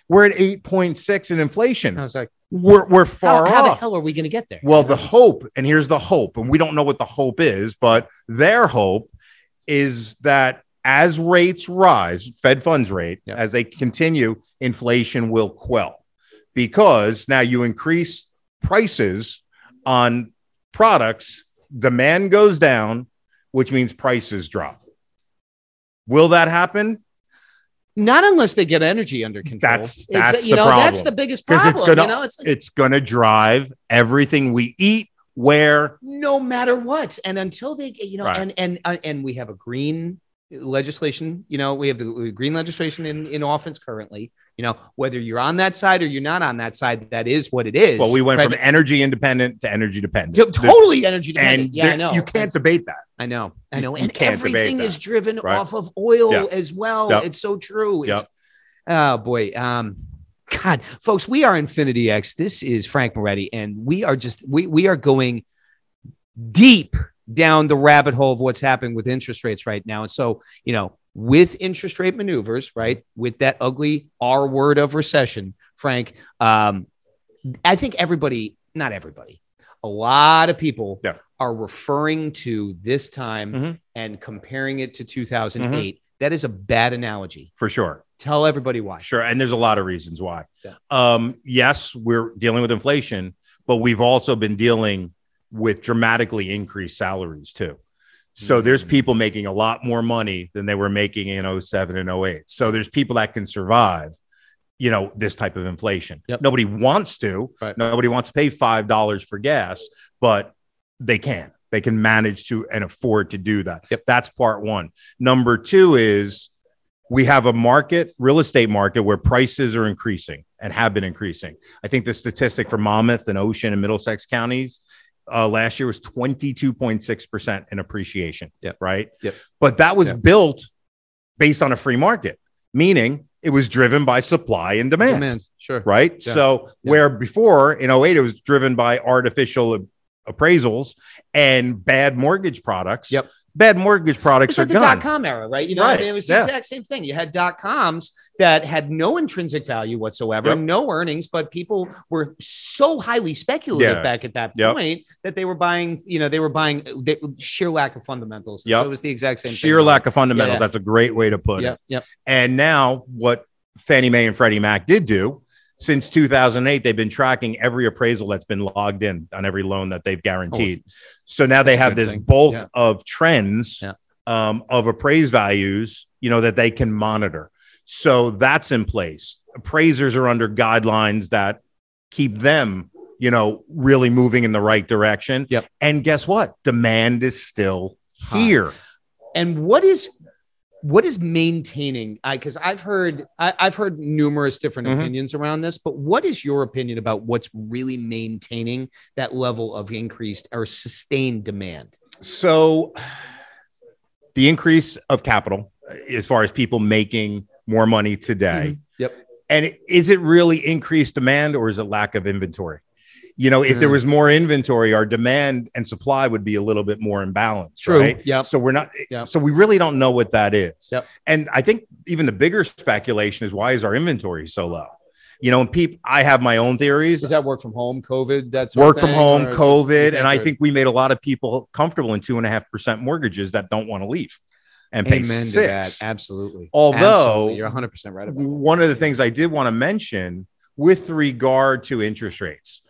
B: We're at 8.6 in
A: I
B: inflation.
A: was like,
B: We're we're far
A: how, how the
B: off.
A: hell are we going to get there?
B: well, the hope, and here's the hope, and we don't know what the hope is, but their hope is that as rates rise, Fed funds rate,
C: Yeah.
B: as they continue, inflation will quell because now you increase prices on products, demand goes down, which means prices drop. Will that happen?
A: Not unless they get energy under control.
B: That's-
A: It's-
B: that's
A: you
B: the
A: know that's
B: problem.
A: the biggest
B: 'Cause it's
A: problem.
B: gonna-
A: you know, it's
B: It's going to drive everything we eat, wear.
A: no matter what, and until they, you know,
B: Right.
A: and and uh, and we have a green legislation. You know, we have the green legislation in in offense currently. You know, whether you're on that side or you're not on that side, that is what it is.
B: Well, we went
A: Right?
B: from energy independent to energy dependent.
A: To- totally energy dependent.
B: and
A: yeah,
B: there-
A: I know.
B: you can't debate that.
A: I know. I
B: you-
A: know.
B: you
A: And
B: can't debate
A: everything
B: that,
A: is driven
B: right?
A: off of oil
B: Yeah.
A: as well.
B: Yep.
A: It's so true. It's, Oh boy. Um, God, folks, we are Infinity X. This is Frank Moretti, and we are just we we are going deep down the rabbit hole of what's happening with interest rates right now. And so, you know, with interest rate maneuvers, right, with that ugly R word of recession, Frank, um, I think everybody, not everybody, a lot of people
B: Yeah.
A: are referring to this time
B: Mhm.
A: and comparing it to 2008.
B: Mm-hmm.
A: That is a bad analogy.
B: For sure.
A: Tell everybody why.
B: Sure. And there's a lot of reasons why.
A: Yeah.
B: Um, yes, we're dealing with inflation, but we've also been dealing with dramatically increased salaries too. So
C: Mm-hmm.
B: there's
A: Mhm.
B: people making a lot more money than they were making in 07 and 08. So there's people that can survive, you know, this type of inflation.
C: Yep.
B: Nobody wants to.
C: Right.
B: Nobody wants to pay $5 for gas, but they can. They can manage to and afford to do that.
C: Yep.
B: That's part one. Number two is we have a market, real estate market, where prices are increasing and have been increasing. I think the statistic for Monmouth and Ocean and Middlesex counties uh, last year was 22.6% in appreciation.
C: Yep.
B: Right.
C: Yep.
B: But that was
C: Yep.
B: built based on a free market, meaning it was driven by supply and demand.
C: Demand. Sure.
B: Right.
C: Yeah.
B: So,
C: Yeah.
B: where before in 08, it was driven by artificial appraisals and bad mortgage products.
C: Yep.
B: Bad mortgage
A: It was
B: products are
A: like the
B: gone.
A: dot com era, right? You know, what I
B: Right,
A: mean, it was the
B: yeah.
A: exact same thing. You had dot coms that had no intrinsic value whatsoever,
B: Yep.
A: no earnings, but people were so highly speculative
B: Yeah.
A: back at that
B: Yep.
A: point that they were buying, you know, they were buying the sheer lack of fundamentals. And So
B: Yep.
A: it was the exact same
B: sheer
A: thing.
B: lack of fundamentals.
C: Yeah.
B: That's a great way to put
C: Yep.
B: it.
C: Yep.
B: And now, what Fannie Mae and Freddie Mac did do since 2008, they've been tracking every appraisal that's been logged in on every loan that they've guaranteed. so now they
C: Oh, that's a
B: have
C: good
B: this
C: thing.
B: bulk
C: Yeah.
B: of trends
C: Yeah.
B: um, of appraised values, you know, that they can monitor. So that's in place. Appraisers are under guidelines that keep them, you know, really moving in the right direction.
C: Yep.
B: And guess what? Demand is still
C: High.
B: here.
A: and what is what is maintaining i because i've heard I, i've heard numerous different
B: Mhm.
A: opinions around this but what is your opinion about what's really maintaining that level of increased or sustained demand
B: So the increase of capital uh, as far as people making more money today.
D: Mm-hmm.
C: Yep.
B: And is it really increased demand or is it lack of inventory? You know, if there
D: Mm.
B: was more inventory, our demand and supply would be a little bit more imbalanced,
D: True.
B: right?
D: Yep.
B: So we're not.
D: Yep.
B: So we really don't know what that is.
D: Yep.
B: And I think even the bigger speculation is why is our inventory so low? You know, and people, I have my own theories.
A: Does that work from home, COVID? That's
B: Work from home, COVID,
A: you
B: and I
A: think-
B: think we made a lot of people comfortable in two and a half percent mortgages that don't want to leave and pay
D: Amen
B: six.
D: to that. Absolutely.
B: Although
A: Absolutely. You're 100% right about that.
B: one of the things I did want to mention with regard to interest rates,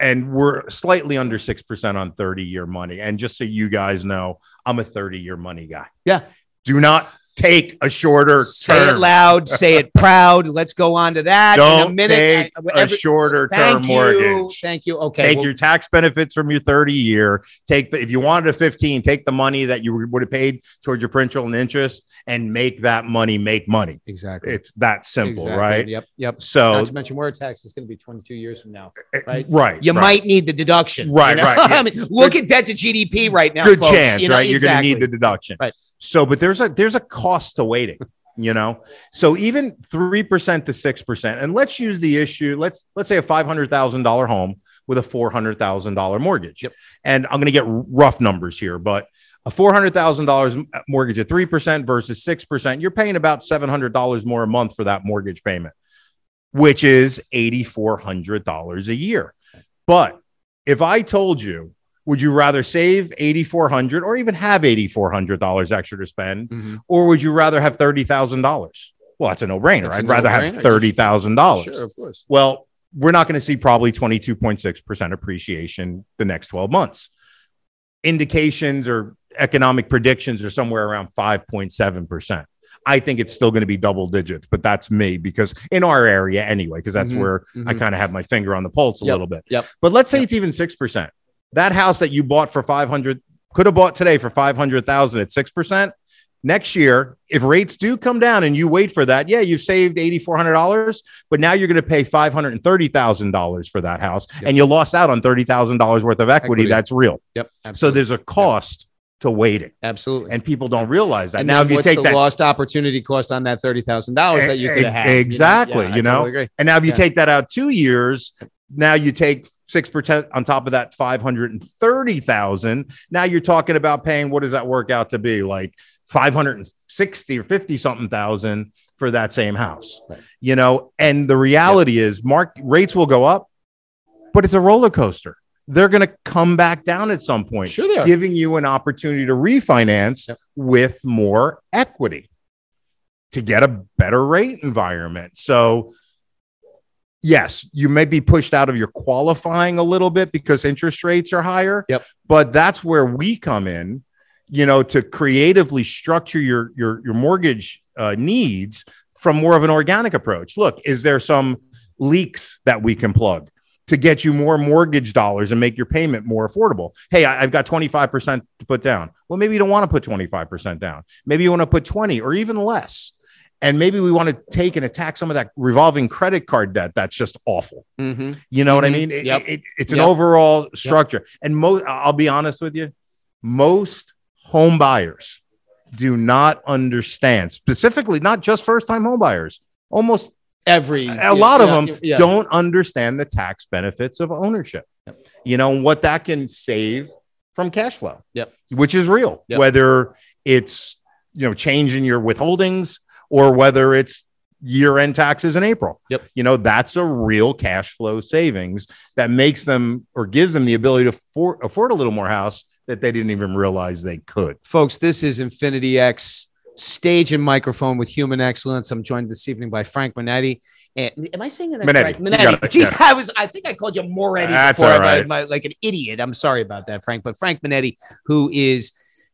B: and we're slightly under 6% on 30 year money. And just so you guys know, I'm a 30 year money guy.
D: Yeah.
B: Do not take a shorter
D: Say it
B: term.
D: loud. Say it proud. Let's go on to that in a
B: Don't
D: minute.
B: take
D: I-
B: a
D: every-
B: shorter
D: thank
B: term
D: you.
B: mortgage.
D: Thank you. Okay.
B: Take
D: well,
B: your tax benefits from your 30 year. Take the, if you wanted a 15, take the money that you would have paid towards your principal and interest and make that money make money.
A: Exactly.
B: It's that simple,
A: Exactly.
B: right?
A: Yep. Yep.
B: So,
A: Not to mention where tax is going to be 22 years from now. right.
B: right.
D: you
B: right.
D: might need the deduction. you
B: Right,
D: know?
B: right, yeah.
D: I mean, look at debt to GDP right now.
B: good
D: folks,
B: chance,
D: you know,
B: right? You're going to
D: exactly.
B: need the deduction,
D: Right.
B: So, but there's a there's a cost to waiting, you know. So even three percent to six percent, and let's use the issue. Let's let's say a five hundred thousand dollar home with a four hundred thousand dollar mortgage,
A: Yep.
B: and I'm going to get r- rough numbers here, but a four hundred thousand dollars uh, mortgage at three percent versus six percent, you're paying about seven hundred dollars more a month for that mortgage payment, which is eighty four hundred dollars a year. But if I told you would you rather save 8400 or even have $8400 extra to spend
A: Mhm.
B: or would you rather have $30000 well that's a no-brainer
A: That's a
B: i'd rather have
A: no-brainer.
D: Mm-hmm.
B: $30000
A: Sure, of course.
B: well we're not going to see probably 22.6% appreciation the next 12 months indications or economic predictions are somewhere around 5.7% i think it's still going to be double digits but that's me because in our area anyway because that's
A: Mhm.
B: where I
D: Mm-hmm.
A: Mhm.
B: kind of have my finger on the pulse a
A: Yep,
B: little bit.
A: yep.
B: But let's say
A: Yep.
B: it's even six percent. That house that you bought for five hundred could have bought today for five hundred thousand at six percent. Next year, if rates do come down and you wait for that, yeah, you've saved eighty four hundred dollars, but now you're going to pay five hundred and thirty thousand dollars for that house,
A: Yep.
B: and you lost out on thirty thousand dollars worth of equity,
A: Equity.
B: That's real.
A: Yep.
B: So
A: Absolutely.
B: there's a cost to waiting,
A: absolutely.
B: and people don't realize that.
A: And
B: now,
A: then
B: if you
A: what's
B: take
A: the
B: that
A: lost opportunity cost on that thirty thousand dollars that you
B: E-
A: could have had, you know?
B: exactly,
A: Yeah, I
B: you know?
A: totally agree.
B: And now if you
A: Yeah.
B: take that out two years, now you take six percent on top of that five hundred and thirty thousand. Now you're talking about paying what does that work out to be? Like five hundred and sixty or fifty something thousand for that same house.
A: Right.
B: You know, and the reality is mark rates will go up, but it's a roller coaster. They're gonna come back down at some point
A: Sure, they are.
B: giving you an opportunity to refinance
A: Yep.
B: with more equity to get a better rate environment. So, yes, you may be pushed out of your qualifying a little bit because interest rates are higher.
A: Yep.
B: But that's where we come in, you know, to creatively structure your your your mortgage uh, needs from more of an organic approach. Look, is there some leaks that we can plug? to get you more mortgage dollars and make your payment more affordable. Hey, I, have got 25% to put down. Well, maybe you don't want to put 25% down. Maybe you want to put 20 or even less. And maybe we want to take and attack some of that revolving credit card debt that's just awful.
A: Mhm.
B: You know what I
A: Mhm.
B: mean? It-
A: Yep.
B: it- it's an
A: Yep.
B: overall structure. And most I'll be honest with you, most home buyers do not understand, specifically not just first-time home buyers. Almost
A: Every
B: a lot of them
A: yeah.
B: don't understand the tax benefits of ownership.
A: Yep.
B: You know, and what that can save from cash flow.
A: Yep.
B: Which is real.
A: Yep.
B: Whether it's, you know, changing your withholdings or whether it's year-end taxes in April.
A: Yep.
B: You know, that's a real cash flow savings that makes them or gives them the ability to for, afford a little more house that they didn't even realize they could.
A: folks. This is Infinity X stage and microphone with human excellence. I'm joined this evening by Frank Manetti. And am I saying that
B: Minetti.
A: right?
B: You got it.
A: Jeez,
B: Yeah.
A: I was. I think I called you Moretti
B: That's
A: before.
B: all
A: I-
B: right.
A: my- like an idiot. I'm sorry about that, Frank. But Frank Manetti, who is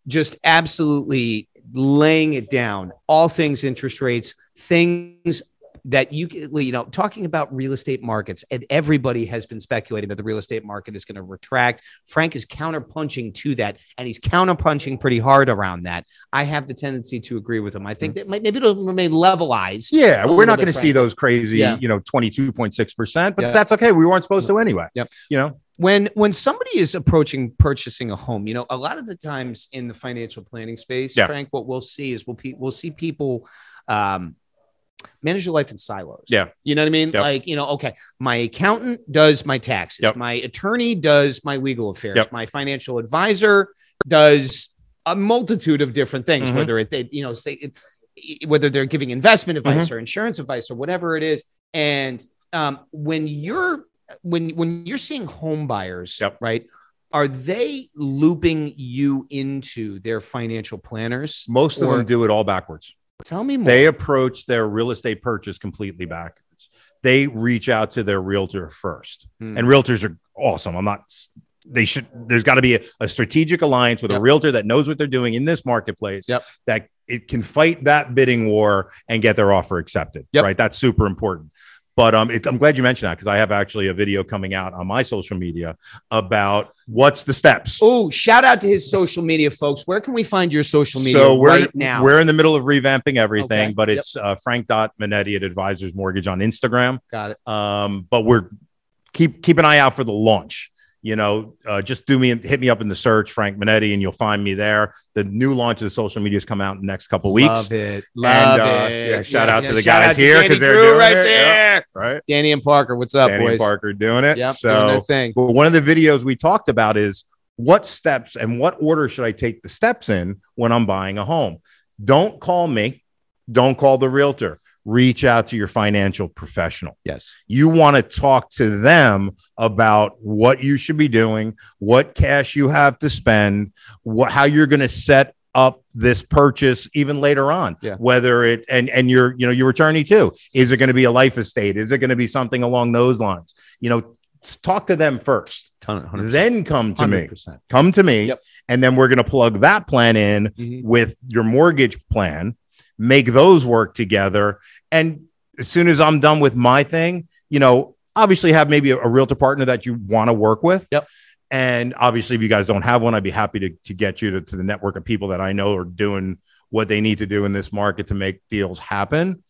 A: just absolutely laying it down, all things interest rates, things that you can- you know talking about real estate markets and everybody has been speculating that the real estate market is going to retract frank is counterpunching to that and he's counterpunching pretty hard around that i have the tendency to agree with him i think that might, maybe it'll remain levelized
B: Yeah, we're
A: little
B: not
A: bit
B: going to see
A: frank.
B: those crazy,
A: Yeah.
B: you know, 22.6%, but
A: Yeah.
B: that's okay. We weren't supposed to anyway.
A: Yep.
B: You know,
A: when when somebody is approaching purchasing a home you know a lot of the times in the financial planning space
B: Yeah.
A: frank what we'll see is we'll pe- we'll see people um manage your life in silos.
B: Yeah.
A: You know what I mean?
B: Yep.
A: Like, you know, okay, my accountant does my taxes,
B: Yep.
A: my attorney does my legal affairs,
B: Yep.
A: my financial advisor does a multitude of different things,
B: Mhm.
A: whether it, they, you know, say it, it- whether they're giving investment
B: Mm-hmm.
A: advice or insurance advice or whatever it is. And um, when you're when when you're seeing home buyers,
B: Yep.
A: right? Are they looping you into their financial planners?
B: Most of
A: Or- Hmm.
B: them do it all backwards.
A: Tell me more.
B: They approach their real estate purchase completely backwards. They reach out to their realtor first.
A: Hmm.
B: And realtors are awesome. I'm not they should there's got to be a, a strategic alliance with
A: Yep.
B: a realtor that knows what they're doing in this marketplace
A: Yep.
B: that it can fight that bidding war and get their offer accepted.
A: Yep.
B: Right. That's super important. But um, it, I'm glad you mentioned that because I have actually a video coming out on my social media about what's the steps.
A: Oh, shout out to his social media, folks. Where can we find your social media
B: So we're
A: right now?
B: we're in the middle of revamping everything,
A: Okay.
B: but
A: Yep.
B: it's uh, Frank Dot Manetti at Advisors Mortgage on Instagram.
A: Got it.
B: Um, but we're keep keep an eye out for the launch. You know, uh, just do me hit me up in the search Frank Manetti, and you'll find me there. The new launch of the social media's come out in the next couple weeks.
A: Love it. Love
B: uh,
A: it.
B: yeah, shout out to the
A: shout
B: guys
A: out to
B: here,
A: Danny
B: 'cause they're
A: Drew
B: doing
A: right
B: it, yeah.
A: there.
B: Right,
A: Danny and Parker, what's up,
B: Danny and
A: boys?
B: Parker doing it.
A: Yep, doing their
B: so,
A: thing.
B: but one of the videos we talked about is what steps and what order should I take the steps in when I'm buying a home. Don't call me. Don't call the realtor. Reach out to your financial professional
A: Yes.
B: you want to talk to them about what you should be doing, what cash you have to spend, what how you're going to set up this purchase even later on
A: Yeah.
B: whether it and and your you know your attorney too is it going to be a life estate is it going to be something along those lines you know s- talk to them first
A: Ton, 100%.
B: then come to me
A: 100%.
B: come to me
A: Yep.
B: and then we're going to plug that plan in
A: Mhm.
B: with your mortgage plan, make those work together. And as soon as I'm done with my thing, you know, obviously have maybe a, a realtor partner that you want to work with.
A: Yep.
B: And obviously, if you guys don't have one, I'd be happy to, to get you to, to the network of people that I know are doing what they need to do in this market to make deals happen.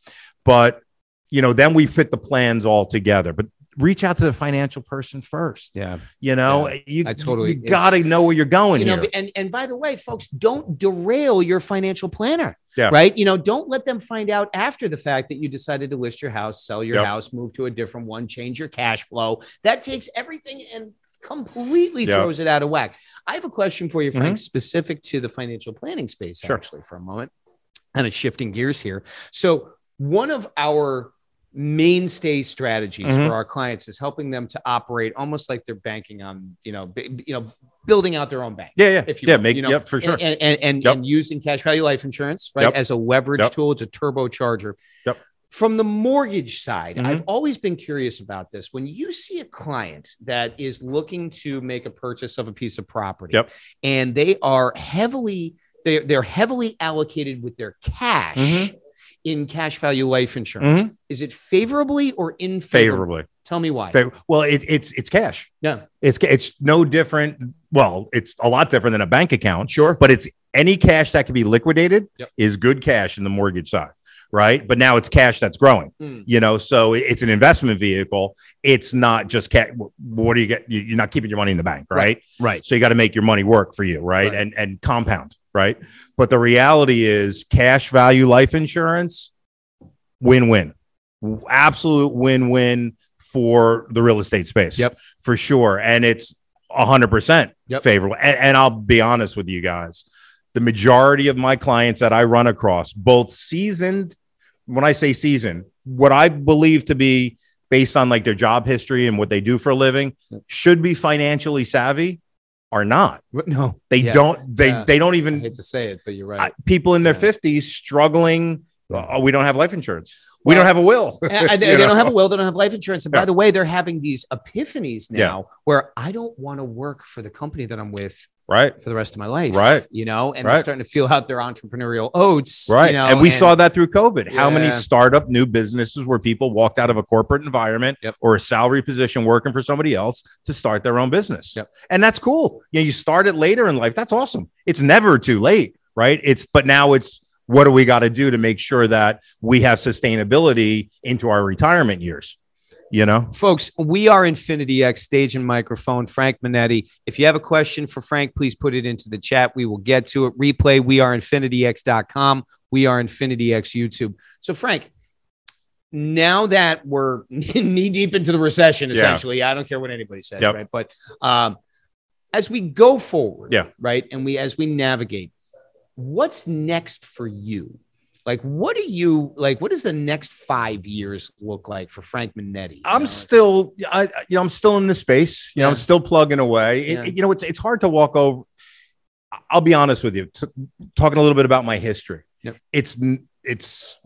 B: But, you know, then we fit the plans all together. But reach out to the financial person first.
A: Yeah.
B: You know, you,
A: I totally-
B: you got to know where you're going
A: you know,
B: here.
A: and and by the way, folks, don't derail your financial planner.
B: Yeah.
A: Right. You know, don't let them find out after the fact that you decided to list your house, sell your
B: Yep.
A: house, move to a different one, change your cash flow. That takes everything and completely
B: Yep.
A: throws it out of whack. I have a question for you, Frank, specific to the financial planning space,
B: Mm-hmm. Sure.
A: actually, for a moment. Kind of shifting gears here. So one of our mainstay strategies
B: Mhm.
A: for our clients is helping them to operate almost like they're banking on, you know, b- you know, building out their own bank
B: yeah, yeah,
A: if you
B: yeah.
A: will,
B: Make
A: you know,
B: yep for sure.
A: and and, and,
B: Yep.
A: and using cash value life insurance right
B: Yep.
A: as a leverage
B: Yep.
A: tool it's a turbocharger
B: Yep.
A: from the mortgage side
B: Mhm.
A: i've always been curious about this when you see a client that is looking to make a purchase of a piece of property
B: Yep.
A: and they are heavily they're, they're heavily allocated with their cash
B: Mhm.
A: in cash value life insurance
B: Mm-hmm.
A: is it favorably or unfavorably
B: favorably.
A: tell me why
B: Fa- Well, it, it's it's cash.
A: Yeah.
B: it's ca- it's no different. Well, it's a lot different than a bank account,
A: sure
B: but it's any cash that can be liquidated
A: Yep.
B: is good cash in the mortgage side, right? But now it's cash that's growing.
A: Mm.
B: You know, so it- it's an investment vehicle. It's not just cash. What do you get? You- You're not keeping your money in the bank, right?
A: right
B: So you got to make your money work for you, right?
A: Right.
B: And and compound, right? But the reality is cash value life insurance win-win. Absolute win-win for the real estate space.
A: Yep.
B: For sure. And it's 100%
A: Yep.
B: favorable. And, and I'll be honest with you guys. The majority of my clients that I run across, both seasoned, when I say seasoned, what I believe to be based on like their job history and what they do for a living, should be financially savvy are not.
A: no
B: They
A: Yeah.
B: don't. They
A: Yeah.
B: they don't
A: i
B: even.
A: hate to say it but you're right
B: I- people in their
A: Yeah.
B: fifties struggling.
A: Yeah.
B: Oh, we don't have life insurance. We
A: Well,
B: don't have a will.
A: Uh, And- and they,
B: You
A: they don't
B: know?
A: have a will. They don't have life insurance. And by
B: Yeah.
A: the way, they're having these epiphanies now
B: Yeah.
A: where I don't want to work for the company that I'm with
B: Right.
A: for the rest of my life.
B: Right.
A: You know, and they're
B: Right.
A: starting to feel out their entrepreneurial oats.
B: Right.
A: You know,
B: and we saw that through COVID. How many
A: Yeah.
B: startup new businesses where people walked out of a corporate environment
A: Yep.
B: or a salary position working for somebody else to start their own business.
A: Yep.
B: And that's cool. You know, you start it later in life. That's awesome. It's never too late, right? It's but now it's what do we got to do to make sure that we have sustainability into our retirement years? You know?
A: Folks, we are Infinity X stage and microphone. Frank Minetti. If you have a question for Frank, please put it into the chat. We will get to it. Replay, we are infinityx.com. We are Infinity X YouTube. So, Frank, now that we're knee deep into the recession,
B: Yeah.
A: essentially, I don't care what anybody says,
B: Yep.
A: right? But um, as we go forward,
B: Yeah.
A: right, and we as we navigate, what's next for you? Like, what do you like? What does the next five years look like for Frank Minetti? You
B: I'm
A: know,
B: still, I, I- you know, I'm still in the space. You know, I'm
A: Yeah.
B: still plugging away. It-
A: Yeah.
B: it- you know, it's it's hard to walk over. I'll be honest with you. T- talking a little bit about my history,
A: Yep.
B: it's n- it's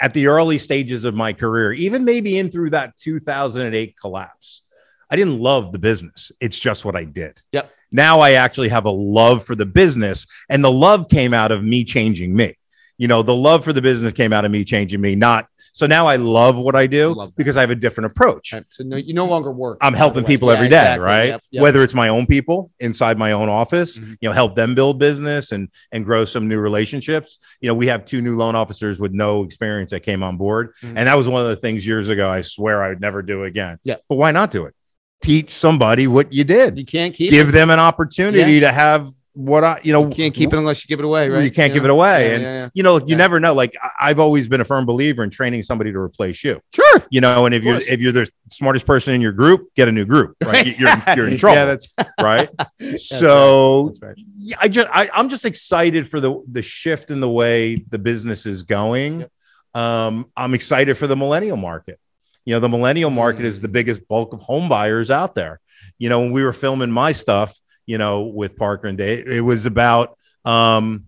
B: at the early stages of my career, even maybe in through that 2008 collapse. I didn't love the business. It's just what I did.
A: Yep.
B: Now I actually have a love for the business, and the love came out of me changing me. You know, the love for the business came out of me changing me, not so now I love what I do
A: Love that.
B: because I have a different approach.
A: right? So no, you no longer work.
B: I'm
A: by the
B: helping
A: way.
B: people
A: Yeah,
B: every day,
A: exactly.
B: right?
A: Yep, yep.
B: Whether it's my own people inside my own office,
A: Mhm.
B: you know, help them build business and and grow some new relationships. You know, we have two new loan officers with no experience that came on board,
A: Mhm.
B: and that was one of the things years ago. I swear I would never do again.
A: Yeah.
B: but why not do it? Teach somebody what you did.
A: you can't keep
B: Give them an opportunity to have what I, you
A: it.
B: know,
A: You can't keep it unless you give it away, right?
B: You can't give it away, and you know, you
A: Yeah.
B: never know. Like I- I've always been a firm believer in training somebody to replace you
A: sure,
B: you know, and if
A: Of
B: you're
A: course.
B: if you're the smartest person in your group, get a new group. Right, You- you're, you're in trouble.
A: Yeah, that's,
B: right.
A: that's right.
B: so
A: That's right.
B: yeah, I just I, I'm just excited for the the shift in the way the business is going. Um, I'm excited for the millennial market. You know, the millennial market
A: Mm.
B: is the biggest bulk of home buyers out there. You know, when we were filming my stuff, you know, with Parker and Dave, it was about um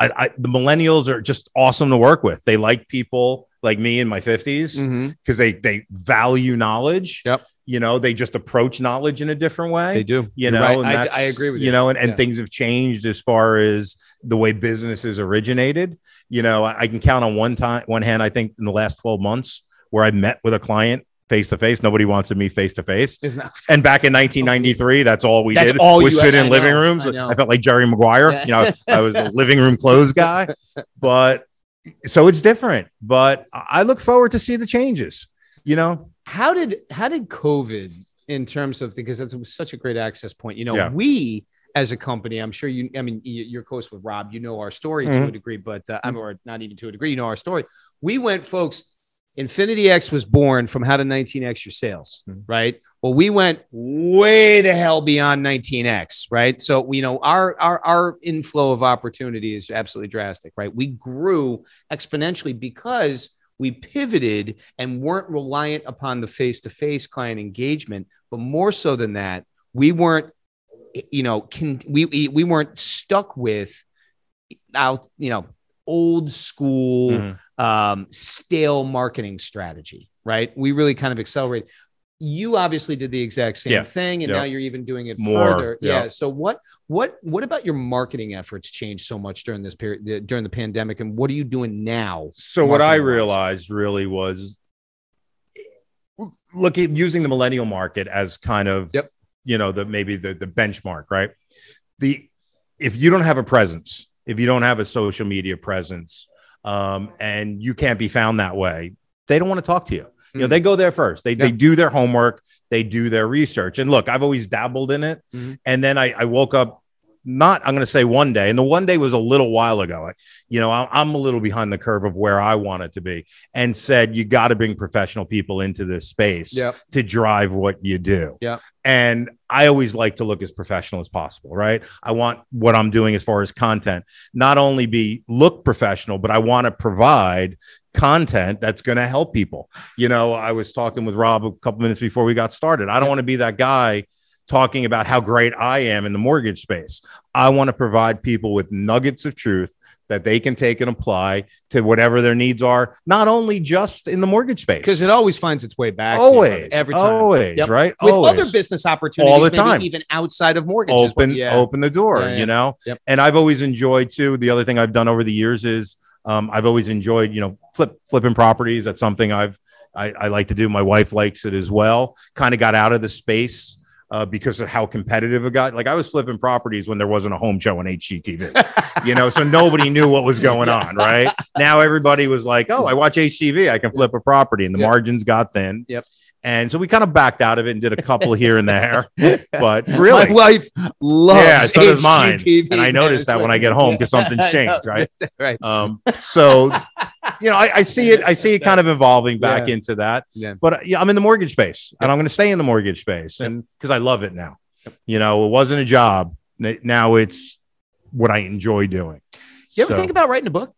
B: I, I the millennials are just awesome to work with. They like people like me in my 50s
A: Mhm.
B: because they they value knowledge.
A: Yep.
B: You know, they just approach knowledge in a different way.
A: They do.
B: you
A: You're
B: know,
A: right.
B: and
A: I,
B: that's-
A: I agree with you.
B: You know, and, and
A: Yeah.
B: things have changed as far as the way businesses originated. You know, I, I can count on one time, one hand, I think, in the last 12 months where I met with a client face to face. Nobody wants to meet face to face.
A: It's not-
B: And back in 1993, that's all we
A: That's
B: did
A: all
B: was
A: you-
B: sit
A: I-
B: in
A: I
B: living
A: know,
B: rooms.
A: I know.
B: I, felt like Jerry Maguire.
A: Yeah.
B: You know, I was a living room clothes guy, but so it's different. But I look forward to see the changes. You know,
A: how did how did COVID in terms of because that's such a great access point? You know,
B: Yeah.
A: we as a company, I'm sure you. I mean, y- you're close with Rob. You know our story to
B: Mhm.
A: a degree, but uh, I'm or not even to a degree. You know our story. We went, folks. Infinity X was born from how to 19x your sales,
B: Mhm.
A: right? Well, we went way the hell beyond 19x, right? So you know our our our inflow of opportunity is absolutely drastic, right? We grew exponentially because we pivoted and weren't reliant upon the face-to-face client engagement but more so than that we weren't you know can we we we weren't stuck with out you know old school
B: Mm-hmm.
A: um, stale marketing strategy right we really kind of accelerated you obviously did the exact same
B: Yeah.
A: thing and
B: Yeah.
A: now you're even doing it
B: More.
A: further yeah.
B: Yeah.
A: so what what what about your marketing efforts changed so much during this period during the pandemic and what are you doing now
B: So what I
A: marketing-wise?
B: realized really was look at using the millennial market as kind of
A: Yep.
B: you know the maybe the the benchmark, right? The if you don't have a presence, if you don't have a social media presence, um, and you can't be found that way, they don't want to talk to you. You know,
A: Mm.
B: they go there first. They they do their homework, they do their research. And look, I've always dabbled in it,
A: Mhm.
B: and then I, I woke up. Not, I'm going to say one day, and the one day was a little while ago. I- you know, I- I'm a little behind the curve of where I want it to be, and said, you got to bring professional people into this space
A: yep
B: to drive what you do.
A: Yep.
B: And I always like to look as professional as possible, right? I want what I'm doing as far as content not only be look professional, but I want to provide content that's going to help people. You know, I was talking with Rob a couple minutes before we got started. I don't want to be that guy talking about how great I am in the mortgage space. I want to provide people with nuggets of truth that they can take and apply to whatever their needs are, not only just in the mortgage space
A: because it always finds its way back. to you,
B: always
A: every time.
B: always
A: Yep.
B: right
A: With
B: always
A: other business opportunities,
B: All the
A: maybe
B: time.
A: even outside of mortgages. but
B: open
A: yeah.
B: open the door
A: Yeah, yeah.
B: you know
A: Yep.
B: and i've always enjoyed too the other thing i've done over the years is um, i've always enjoyed you know flip flipping properties that's something i've i, I like to do my wife likes it as well kind of got out of the space uh, because of how competitive it got like i was flipping properties when there wasn't a home show on hgtv you know so nobody knew what was going on right now everybody was like oh i watch hgtv i can flip a property and the
A: Yep.
B: margins got thin
A: Yep.
B: and so we kind of backed out of it and did a couple here and there but
A: My
B: really
A: wife loves
B: Yeah, so does mine.
A: HGTV,
B: and I Uh,
A: man,
B: noticed that
A: swear.
B: when I get home because something's
A: I know.
B: changed, right?
A: right.
B: Um, so you know, I, I see it. I see it kind of evolving back
A: Yeah.
B: into that.
A: Yeah.
B: But uh, yeah, I'm in the mortgage space, and I'm going to stay in the mortgage space, and because I love it now. You know, it wasn't a job. N- Now it's what I enjoy doing.
A: You ever
B: So-
A: think about writing a book?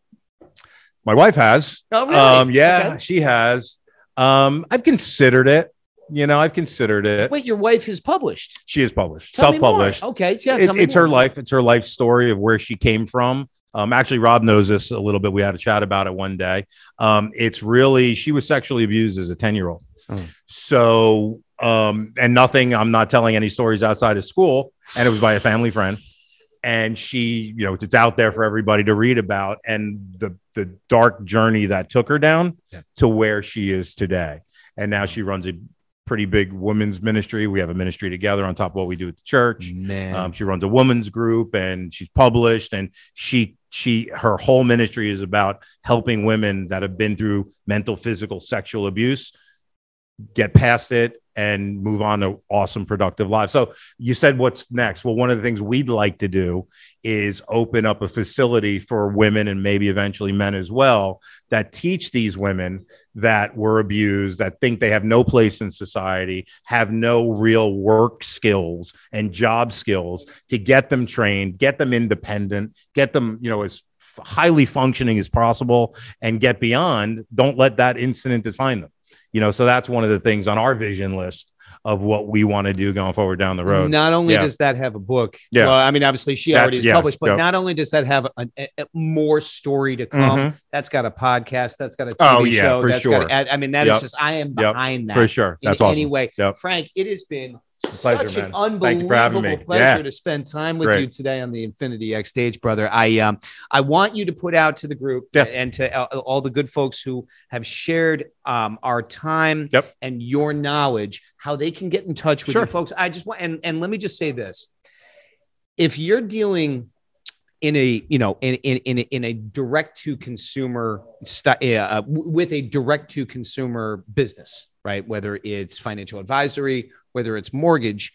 B: my wife has.
A: Oh, really?
B: Um, yeah,
A: Okay.
B: she has. Um, I've considered it. You know, I've considered it.
A: Wait, your wife is published.
B: She is published,
A: Tell me more. Oh,
B: self-published.
A: Okay, yeah,
B: It-
A: tell me
B: it's
A: more.
B: her life. It's her life story of where she came from. Um, actually, Rob knows this a little bit. We had a chat about it one day. Um, it's really she was sexually abused as a ten-year-old.
A: Oh.
B: So, um, and nothing. I'm not telling any stories outside of school. And it was by a family friend. And she, you know, it's out there for everybody to read about, and the the dark journey that took her down
A: Yeah.
B: to where she is today. And now she runs a pretty big women's ministry. We have a ministry together on top of what we do at the church.
A: Man,
B: Um, she runs a women's group and she's published and she she her whole ministry is about helping women that have been through mental, physical, sexual abuse get past it and move on to awesome productive lives. So you said what's next? Well, one of the things we'd like to do is open up a facility for women and maybe eventually men as well that teach these women that were abused, that think they have no place in society, have no real work skills and job skills to get them trained, get them independent, get them, you know, as f- highly functioning as possible and get beyond. Don't let that incident define them. You know, so that's one of the things on our vision list of what we want to do going forward down the road.
A: Not only
B: Yeah.
A: does that have a book,
B: Yeah.
A: well, I mean, obviously she
B: That's-
A: already is
B: yeah,
A: published, but
B: yeah.
A: not only does that have a, a- a- more story to come,
B: Mhm,
A: that's got a podcast, that's got a TV
B: Oh, yeah,
A: show,
B: for
A: that's
B: sure.
A: got. A, I mean, that is
B: Yep.
A: just I am
B: Yep.
A: behind that
B: Mm-hmm. for sure.
A: in
B: That's awesome.
A: any way.
B: Yep.
A: Frank, it has been
B: pleasure,
A: such an
B: man.
A: unbelievable
B: Thank you for having me.
A: pleasure
B: Yeah.
A: to spend time with
B: Great.
A: you today on the Infinity X stage, brother. I um I want you to put out to the group
B: Yeah.
A: and to uh, all the good folks who have shared um our time
B: Yep.
A: and your knowledge how they can get in touch with
B: Sure.
A: you folks. I just want and and let me just say this. If you're dealing in a you know in in in a, in a direct to consumer sti- uh, w- with a direct to consumer business right whether it's financial advisory whether it's mortgage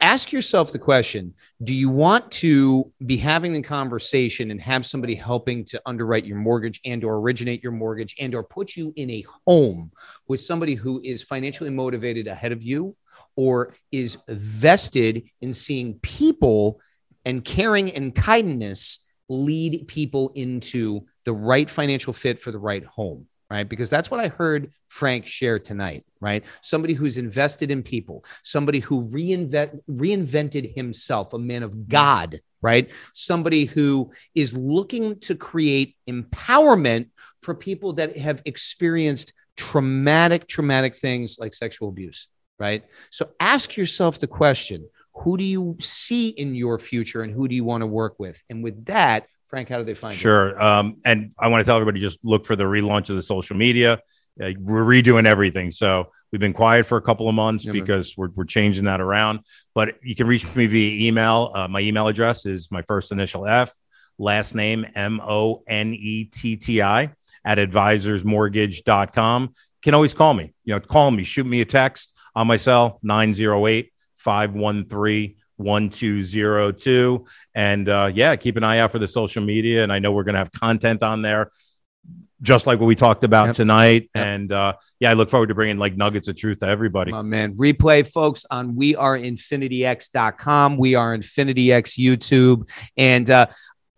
A: ask yourself the question do you want to be having the conversation and have somebody helping to underwrite your mortgage and or originate your mortgage and or put you in a home with somebody who is financially motivated ahead of you or is vested in seeing people and caring and kindness lead people into the right financial fit for the right home right because that's what i heard frank share tonight right somebody who's invested in people somebody who reinvent reinvented himself a man of god right somebody who is looking to create empowerment for people that have experienced traumatic traumatic things like sexual abuse right so ask yourself the question who do you see in your future and who do you want to work with? And with that, Frank, how do they find you?
B: Sure. Um, and I want to tell everybody just look for the relaunch of the social media. Uh, we're redoing everything. So we've been quiet for a couple of months
A: Yeah, man.
B: because we're, we're changing that around. But you can reach me via email. Uh, my email address is my first initial F, last name M O N E T T I at advisorsmortgage.com. You can always call me. You know, call me, shoot me a text on my cell 908 513 1202. And uh, yeah, keep an eye out for the social media. And I know we're going to have content on there, just like what we talked about
A: Yep.
B: tonight.
A: Yep.
B: And uh, yeah, I look forward to bringing like nuggets of truth to everybody.
A: My man. Replay, folks, on weareinfinityx.com. We are Infinity X YouTube. And uh,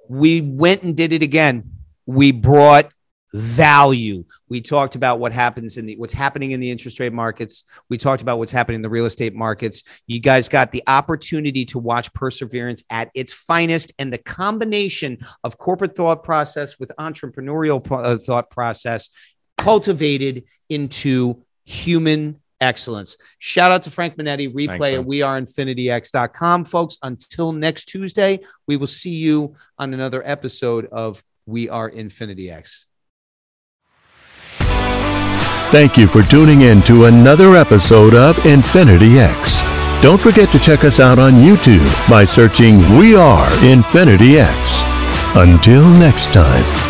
A: we went and did it again. We brought value. We talked about what happens in the what's happening in the interest rate markets. We talked about what's happening in the real estate markets. You guys got the opportunity to watch perseverance at its finest and the combination of corporate thought process with entrepreneurial pro- uh, thought process cultivated into human excellence. Shout out to Frank Minetti, replay
B: man.
A: at weareinfinityx.com. Folks, until next Tuesday, we will see you on another episode of We Are Infinity X.
E: Thank you for tuning in to another episode of Infinity X. Don't forget to check us out on YouTube by searching We Are Infinity X. Until next time.